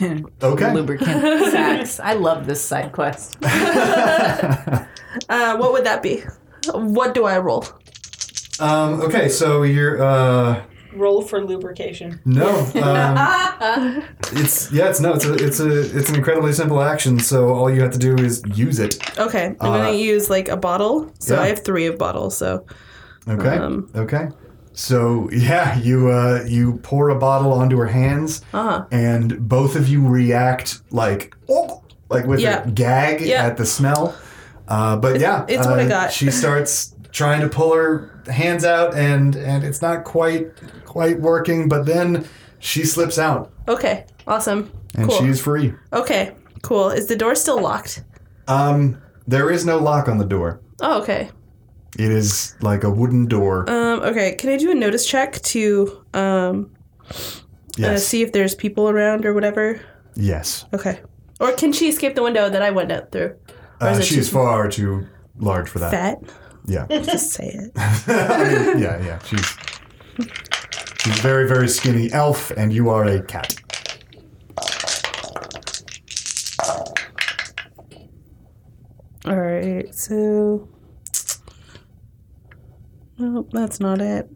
Speaker 1: Okay.
Speaker 2: Lubricant sacks. I love this side quest.
Speaker 7: Uh, what would that be? What do I roll?
Speaker 1: Um, okay. So you're. Uh,
Speaker 5: Roll for lubrication.
Speaker 1: No, um, it's yeah, it's no, it's a, it's a, it's an incredibly simple action. So all you have to do is use it.
Speaker 7: Okay. I'm gonna
Speaker 1: Uh,
Speaker 7: use like a bottle. So I
Speaker 1: yeah.
Speaker 7: have three of bottles. So
Speaker 1: Okay,
Speaker 7: Um.
Speaker 1: okay. So yeah, you uh, you pour a bottle onto her hands,
Speaker 7: Uh-huh.
Speaker 1: and both of you react like oh, like with
Speaker 7: Yeah.
Speaker 1: a gag
Speaker 7: Yeah.
Speaker 1: at the smell. Uh, but yeah,
Speaker 7: it's what I
Speaker 1: uh,
Speaker 7: got.
Speaker 1: She starts trying to pull her hands out, and and it's not quite quite working. But then she slips out,
Speaker 7: okay. Awesome.
Speaker 1: and
Speaker 7: cool.
Speaker 1: she is free.
Speaker 7: Okay. Cool. Is the door still locked?
Speaker 1: Um, there is no lock on the door.
Speaker 7: Oh, okay.
Speaker 1: It is like a wooden door.
Speaker 7: Um, okay. Can I do a notice check to um, uh,
Speaker 1: yes.
Speaker 7: see if there's people around or whatever?
Speaker 1: yes.
Speaker 7: Okay. Or can she escape the window that I went out through? Or
Speaker 1: Uh,
Speaker 7: is it
Speaker 1: she is far too large for that.
Speaker 7: Fat.
Speaker 1: Yeah.
Speaker 7: Just say it.
Speaker 1: I mean, yeah, yeah. She's she's very, very skinny elf, and you are a cat.
Speaker 7: All right, so. Nope, that's not it.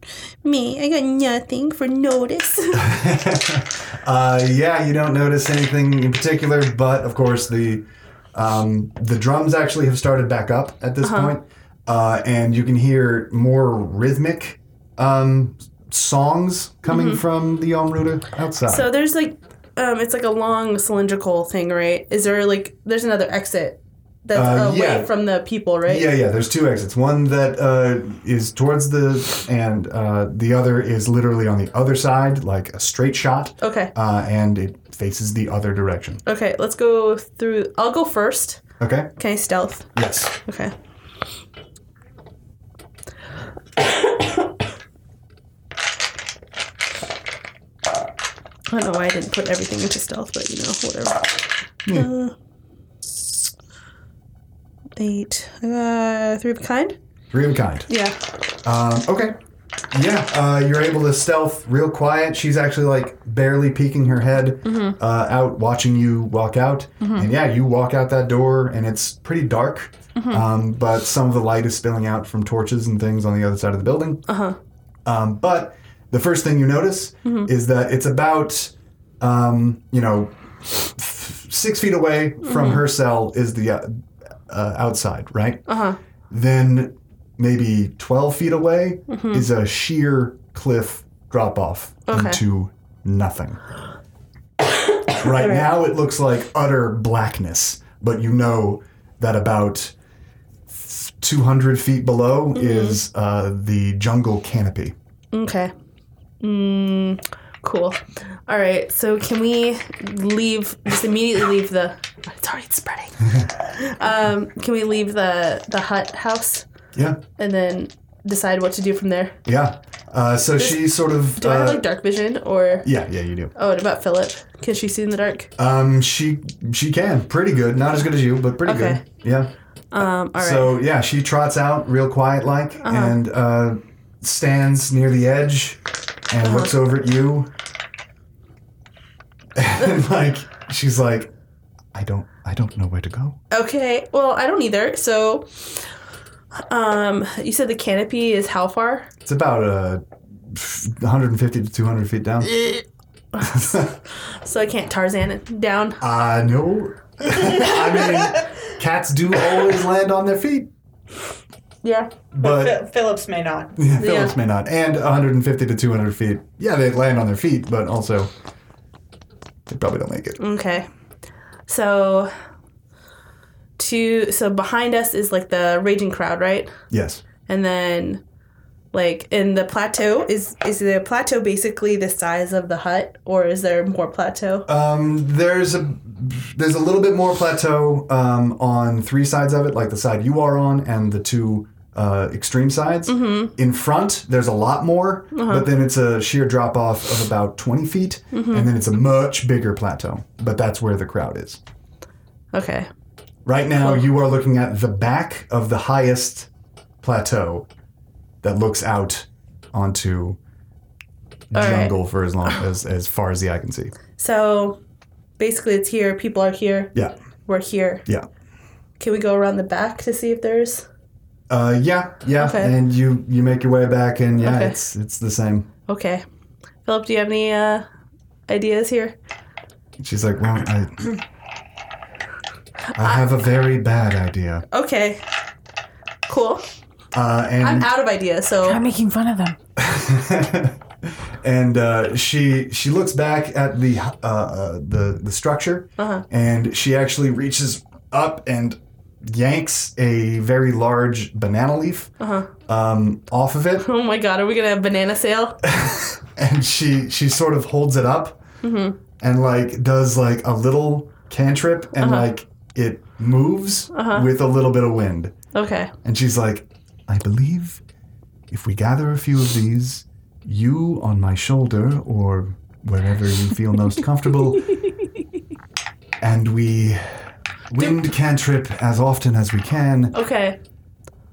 Speaker 7: Me, I got nothing for notice.
Speaker 1: Uh, yeah, you don't notice anything in particular, but of course the um, the drums actually have started back up at this point, uh, and you can hear more rhythmic um, songs coming from the Omruda outside.
Speaker 7: so there's like, um, it's like a long cylindrical thing, right? Is there like, there's another exit that's
Speaker 1: Uh,
Speaker 7: away
Speaker 1: yeah.
Speaker 7: from the people, right?
Speaker 1: Yeah, yeah. There's two exits. One that uh, is towards the, and uh, the other is literally on the other side, like a straight shot,
Speaker 7: Okay.
Speaker 1: uh, and it faces the other direction.
Speaker 7: Okay, let's go through. I'll go first.
Speaker 1: Okay.
Speaker 7: Can I stealth?
Speaker 1: Yes.
Speaker 7: Okay. I don't know why I didn't put everything into stealth, but you know, whatever. Uh, eight. Uh, three of a kind?
Speaker 1: Three of a kind.
Speaker 7: Yeah.
Speaker 1: Um, okay. Yeah, uh, you're able to stealth real quiet. She's actually like barely peeking her head uh, out, watching you walk out. And yeah, you walk out that door, and it's pretty dark. Um, but some of the light is spilling out from torches and things on the other side of the building. Uh-huh. Um, but the first thing you notice is that it's about, um, you know, six feet away from her cell is the uh, uh, outside, right? Uh huh. Then maybe 12 feet away is a sheer cliff drop off
Speaker 7: Okay.
Speaker 1: into nothing. right now, it looks like utter blackness, but you know that about 200 feet below is uh, the jungle canopy.
Speaker 7: Okay. Mm, cool. All right. So can we leave? Just immediately leave the. It's already spreading. um, can we leave the the hut house
Speaker 1: Yeah,
Speaker 7: and then decide what to do from there?
Speaker 1: yeah. Uh, so she sort of.
Speaker 7: Do I have
Speaker 1: uh,
Speaker 7: like dark vision or?
Speaker 1: yeah, yeah, you do.
Speaker 7: Oh, what about Philip? Can she see in the dark?
Speaker 1: Um, she she can pretty good. Not as good as you, but pretty
Speaker 7: Okay.
Speaker 1: good. Yeah.
Speaker 7: Um. All right.
Speaker 1: Uh,
Speaker 7: Uh-huh.
Speaker 1: So yeah, she trots out real quiet like and uh, stands near the edge and
Speaker 7: Uh-huh.
Speaker 1: looks over at you. And like she's like, I don't I don't know where to go.
Speaker 7: okay. Well, I don't either. So. Um, you said the canopy is how far?
Speaker 1: It's about uh, 150 to 200 feet down.
Speaker 7: So I can't Tarzan it down.
Speaker 1: Uh, no. I mean, cats do always land on their feet,
Speaker 7: Yeah.
Speaker 1: but
Speaker 2: Phil- Phillips may not.
Speaker 1: Yeah, Phillips may not. And 150 to 200 feet. Yeah, they land on their feet, but also they probably don't make it.
Speaker 7: Okay. So to so behind us is like the raging crowd, right?
Speaker 1: Yes.
Speaker 7: And then like in the plateau is is the plateau basically the size of the hut or is there more plateau?
Speaker 1: Um, there's a there's a little bit more plateau um, on three sides of it, like the side you are on and the two uh, extreme sides. In front, there's a lot more, but then it's a sheer drop off of about 20 feet, and then it's a much bigger plateau. But that's where the crowd is.
Speaker 7: Okay.
Speaker 1: Right now, you are looking at the back of the highest plateau that looks out onto
Speaker 7: right.
Speaker 1: jungle for as long as as far as the eye can see.
Speaker 7: So basically it's here, people are here,
Speaker 1: Yeah,
Speaker 7: we're here.
Speaker 1: yeah,
Speaker 7: Can we go around the back to see if there's
Speaker 1: uh, yeah, yeah.
Speaker 7: Okay.
Speaker 1: And you you make your way back, and yeah,
Speaker 7: Okay.
Speaker 1: it's it's the same.
Speaker 7: Okay. Philip, do you have any uh ideas here?
Speaker 1: She's like, well, I I have a very bad idea,
Speaker 7: Okay. Cool.
Speaker 1: uh, and
Speaker 7: I'm out of ideas, so
Speaker 6: making fun of them.
Speaker 1: and uh, she she looks back at the uh, uh, the the structure, and she actually reaches up and yanks a very large banana leaf um, off of it,
Speaker 7: Oh my god, are we gonna have banana sale?
Speaker 1: and she she sort of holds it up and like does like a little cantrip, and like it moves with a little bit of wind.
Speaker 7: Okay.
Speaker 1: And she's like, I believe if we gather a few of these, you on my shoulder or wherever you feel most comfortable, and we wind cantrip as often as we can,
Speaker 7: Okay.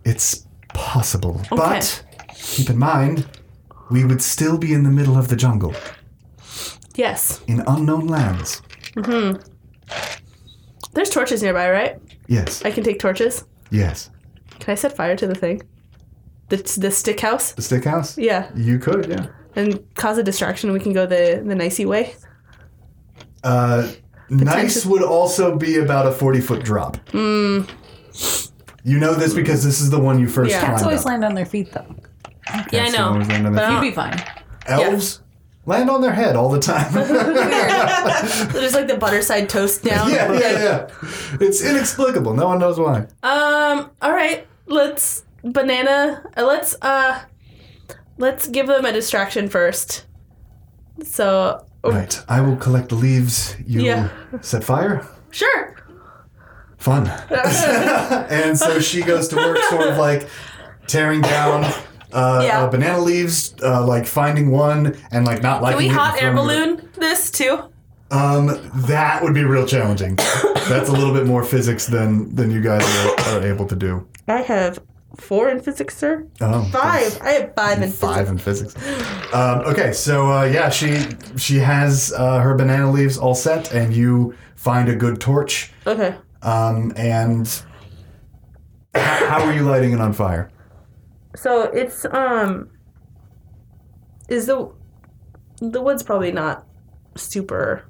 Speaker 1: it's possible. But keep in mind, we would still be in the middle of the jungle
Speaker 7: Yes.
Speaker 1: in unknown lands.
Speaker 7: There's torches nearby, right?
Speaker 1: Yes,
Speaker 7: I can take torches.
Speaker 1: yes.
Speaker 7: Can I set fire to the thing? The, the stick house?
Speaker 1: The stick house?
Speaker 7: Yeah.
Speaker 1: You could, yeah.
Speaker 7: And cause a distraction. We can go the, the nicey way.
Speaker 1: Uh, nice would also be about a 40 foot drop. You know this because this is the one you first
Speaker 7: Yeah.
Speaker 1: climbed
Speaker 7: Cats
Speaker 6: Cats always
Speaker 1: up.
Speaker 6: land on their feet, though. yeah, I
Speaker 1: Cats always
Speaker 6: know.
Speaker 1: land on their
Speaker 6: You'd
Speaker 1: feet.
Speaker 6: be fine.
Speaker 1: Elves land on their head all the time.
Speaker 7: There's like the butter side toast down.
Speaker 1: yeah, yeah, yeah. It's inexplicable. No one knows why.
Speaker 7: Um, all right. Let's banana. uh, Let's, uh, let's give them a distraction first. So, oh,
Speaker 1: Right. I will collect the leaves. You
Speaker 7: Yeah.
Speaker 1: set fire.
Speaker 7: sure.
Speaker 1: Fun. and so she goes to work, sort of like tearing down. Uh,
Speaker 7: Yeah.
Speaker 1: uh, banana leaves, uh, like finding one and like not liking
Speaker 7: Can we
Speaker 1: it and
Speaker 7: hot
Speaker 1: throwing
Speaker 7: air
Speaker 1: it.
Speaker 7: balloon this too?
Speaker 1: Um, that would be real challenging. That's a little bit more physics than than you guys are, are able to do.
Speaker 7: I have four in physics, sir.
Speaker 1: Oh,
Speaker 7: Five. I have five in
Speaker 1: Five in physics. Um, okay, so uh, yeah, she she has uh, her banana leaves all set, and you find a good torch.
Speaker 7: Okay.
Speaker 1: Um, and h- how are you lighting it on fire?
Speaker 7: So it's um is the the wood's probably not super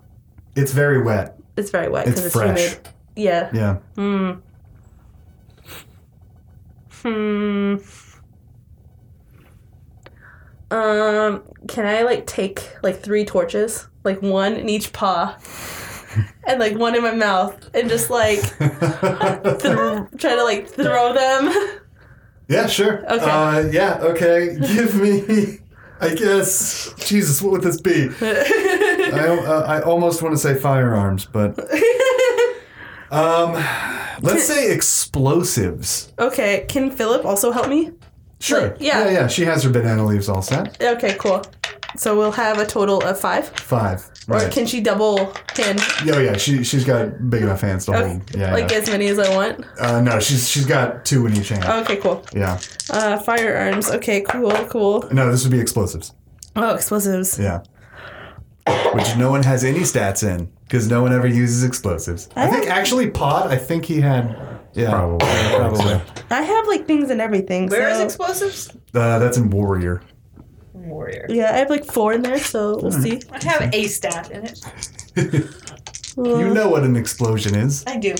Speaker 1: It's very wet.
Speaker 7: it's very wet
Speaker 1: It's
Speaker 7: because it's,
Speaker 1: fresh.
Speaker 7: humid. Yeah.
Speaker 1: Yeah.
Speaker 7: Hmm. Um, can I like take like three torches, like one in each paw, and like one in my mouth, and just like thr try to like throw them?
Speaker 1: Yeah, sure.
Speaker 7: Okay.
Speaker 1: Uh, yeah, okay. Give me, I guess, Jesus, what would this be? I, uh, I almost want to say firearms, but. Um, let's say explosives.
Speaker 7: Okay. Can Philip also help me?
Speaker 1: Sure.
Speaker 7: yeah.
Speaker 1: Yeah, yeah. She has her banana leaves all set.
Speaker 7: Okay, cool. So we'll have a total of five.
Speaker 1: Five.
Speaker 7: Or
Speaker 1: Right.
Speaker 7: can she double hand
Speaker 1: oh, yeah. She, she's got big enough hands to hold. Yeah.
Speaker 7: Oh, like
Speaker 1: yeah.
Speaker 7: as many as I want?
Speaker 1: Uh, no, she's she's got two in each hand.
Speaker 7: Okay, cool.
Speaker 1: yeah.
Speaker 7: Uh, firearms. Okay, cool, cool.
Speaker 1: No, this would be explosives.
Speaker 7: Oh, explosives.
Speaker 1: Yeah. Which no one has any stats in because no one ever uses explosives.
Speaker 7: Oh.
Speaker 1: I, think actually Pod, I think he had. Yeah.
Speaker 4: Probably.
Speaker 1: Probably.
Speaker 7: I have like things and everything.
Speaker 5: Where
Speaker 7: so-
Speaker 5: is explosives?
Speaker 1: Uh, that's in Warrior.
Speaker 5: Warrior.
Speaker 7: Yeah, I have like four in there, so
Speaker 1: Hmm.
Speaker 7: we'll see.
Speaker 5: I have a stat in it.
Speaker 1: You know what an explosion is.
Speaker 5: I do.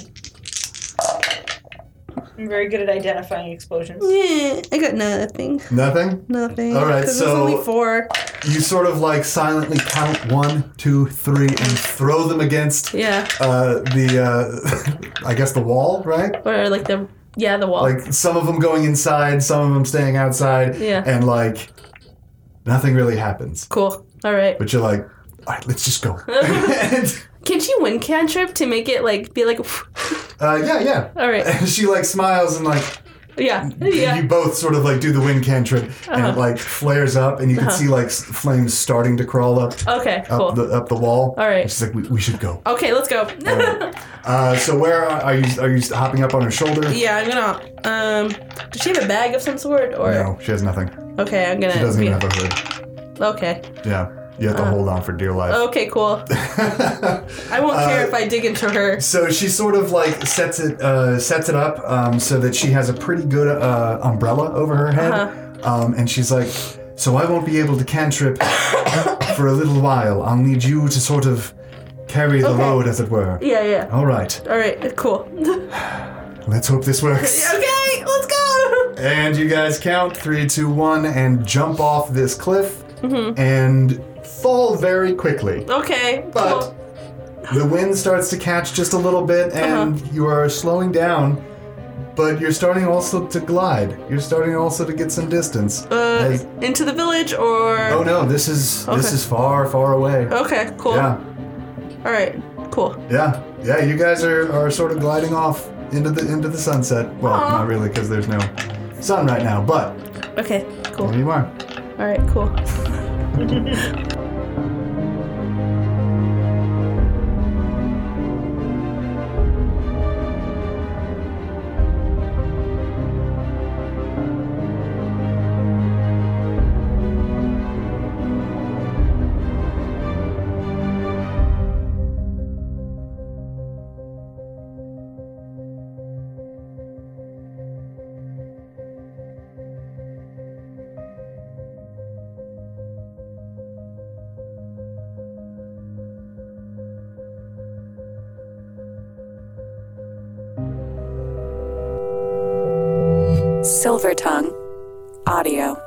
Speaker 5: I'm very good at identifying explosions.
Speaker 7: Yeah, I got nothing.
Speaker 1: Nothing?
Speaker 7: Nothing.
Speaker 1: All right,
Speaker 7: 'Cause
Speaker 1: so-
Speaker 7: there's only four.
Speaker 1: You sort of like silently count one, two, three, and throw them against
Speaker 7: Yeah,
Speaker 1: uh, the, uh, I guess, the wall, right?
Speaker 7: or like the yeah the wall.
Speaker 1: Like some of them going inside, some of them staying outside.
Speaker 7: Yeah.
Speaker 1: And like nothing really happens.
Speaker 7: cool. All right.
Speaker 1: But you're like, all right, let's just go. And-
Speaker 7: Can she win cantrip to make it like be like?
Speaker 1: Uh, yeah, yeah.
Speaker 7: All right.
Speaker 1: And she like smiles and like
Speaker 7: Yeah.
Speaker 1: you
Speaker 7: Yeah. Uh-huh.
Speaker 1: both sort of like do the wind cantrip and it like flares up and you can see like s- flames starting to crawl up
Speaker 7: Okay.
Speaker 1: up
Speaker 7: Uh-huh. Cool.
Speaker 1: the up the wall.
Speaker 7: All right.
Speaker 1: And she's like, we, we should go.
Speaker 7: Okay, let's go.
Speaker 1: Uh, so where are, are you? Are you hopping up on her shoulder?
Speaker 7: yeah, I'm gonna. Um, does she have a bag of some sort or?
Speaker 1: No, she has nothing.
Speaker 7: Okay, I'm gonna.
Speaker 1: She doesn't
Speaker 7: be-
Speaker 1: even have a hood.
Speaker 7: okay.
Speaker 1: Yeah, you have
Speaker 7: Uh.
Speaker 1: to hold on for dear life.
Speaker 7: Okay, cool. I won't
Speaker 1: Uh,
Speaker 7: care if I dig into her.
Speaker 1: So she sort of like sets it uh, sets it up um, so that she has a pretty good uh, umbrella over her head,
Speaker 7: Uh-huh.
Speaker 1: um, and she's like, "So I won't be able to cantrip for a little while. I'll need you to sort of carry the load, as it were."
Speaker 7: Yeah, yeah.
Speaker 1: All right,
Speaker 7: All right, cool.
Speaker 1: let's hope this works.
Speaker 7: okay, let's go.
Speaker 1: And you guys count three, two, one, and jump off this cliff
Speaker 7: Mm-hmm.
Speaker 1: and fall very quickly.
Speaker 7: Okay.
Speaker 1: But
Speaker 7: cool.
Speaker 1: the wind starts to catch just a little bit,
Speaker 7: Uh-huh.
Speaker 1: and you are slowing down. But you're starting also to glide. You're starting also to get some distance.
Speaker 7: Uh,
Speaker 1: Like,
Speaker 7: into the village or?
Speaker 1: oh no, this is this
Speaker 7: Okay. Oh,
Speaker 1: is far, far away.
Speaker 7: Okay, cool.
Speaker 1: Yeah,
Speaker 7: All right, cool.
Speaker 1: yeah, yeah. You guys are, are sort of gliding off into the into the sunset. Well,
Speaker 7: Aw.
Speaker 1: not really, because there's no sun right now. But
Speaker 7: Okay, cool.
Speaker 1: there you are.
Speaker 7: All right, cool.
Speaker 8: Silver Tongue Audio.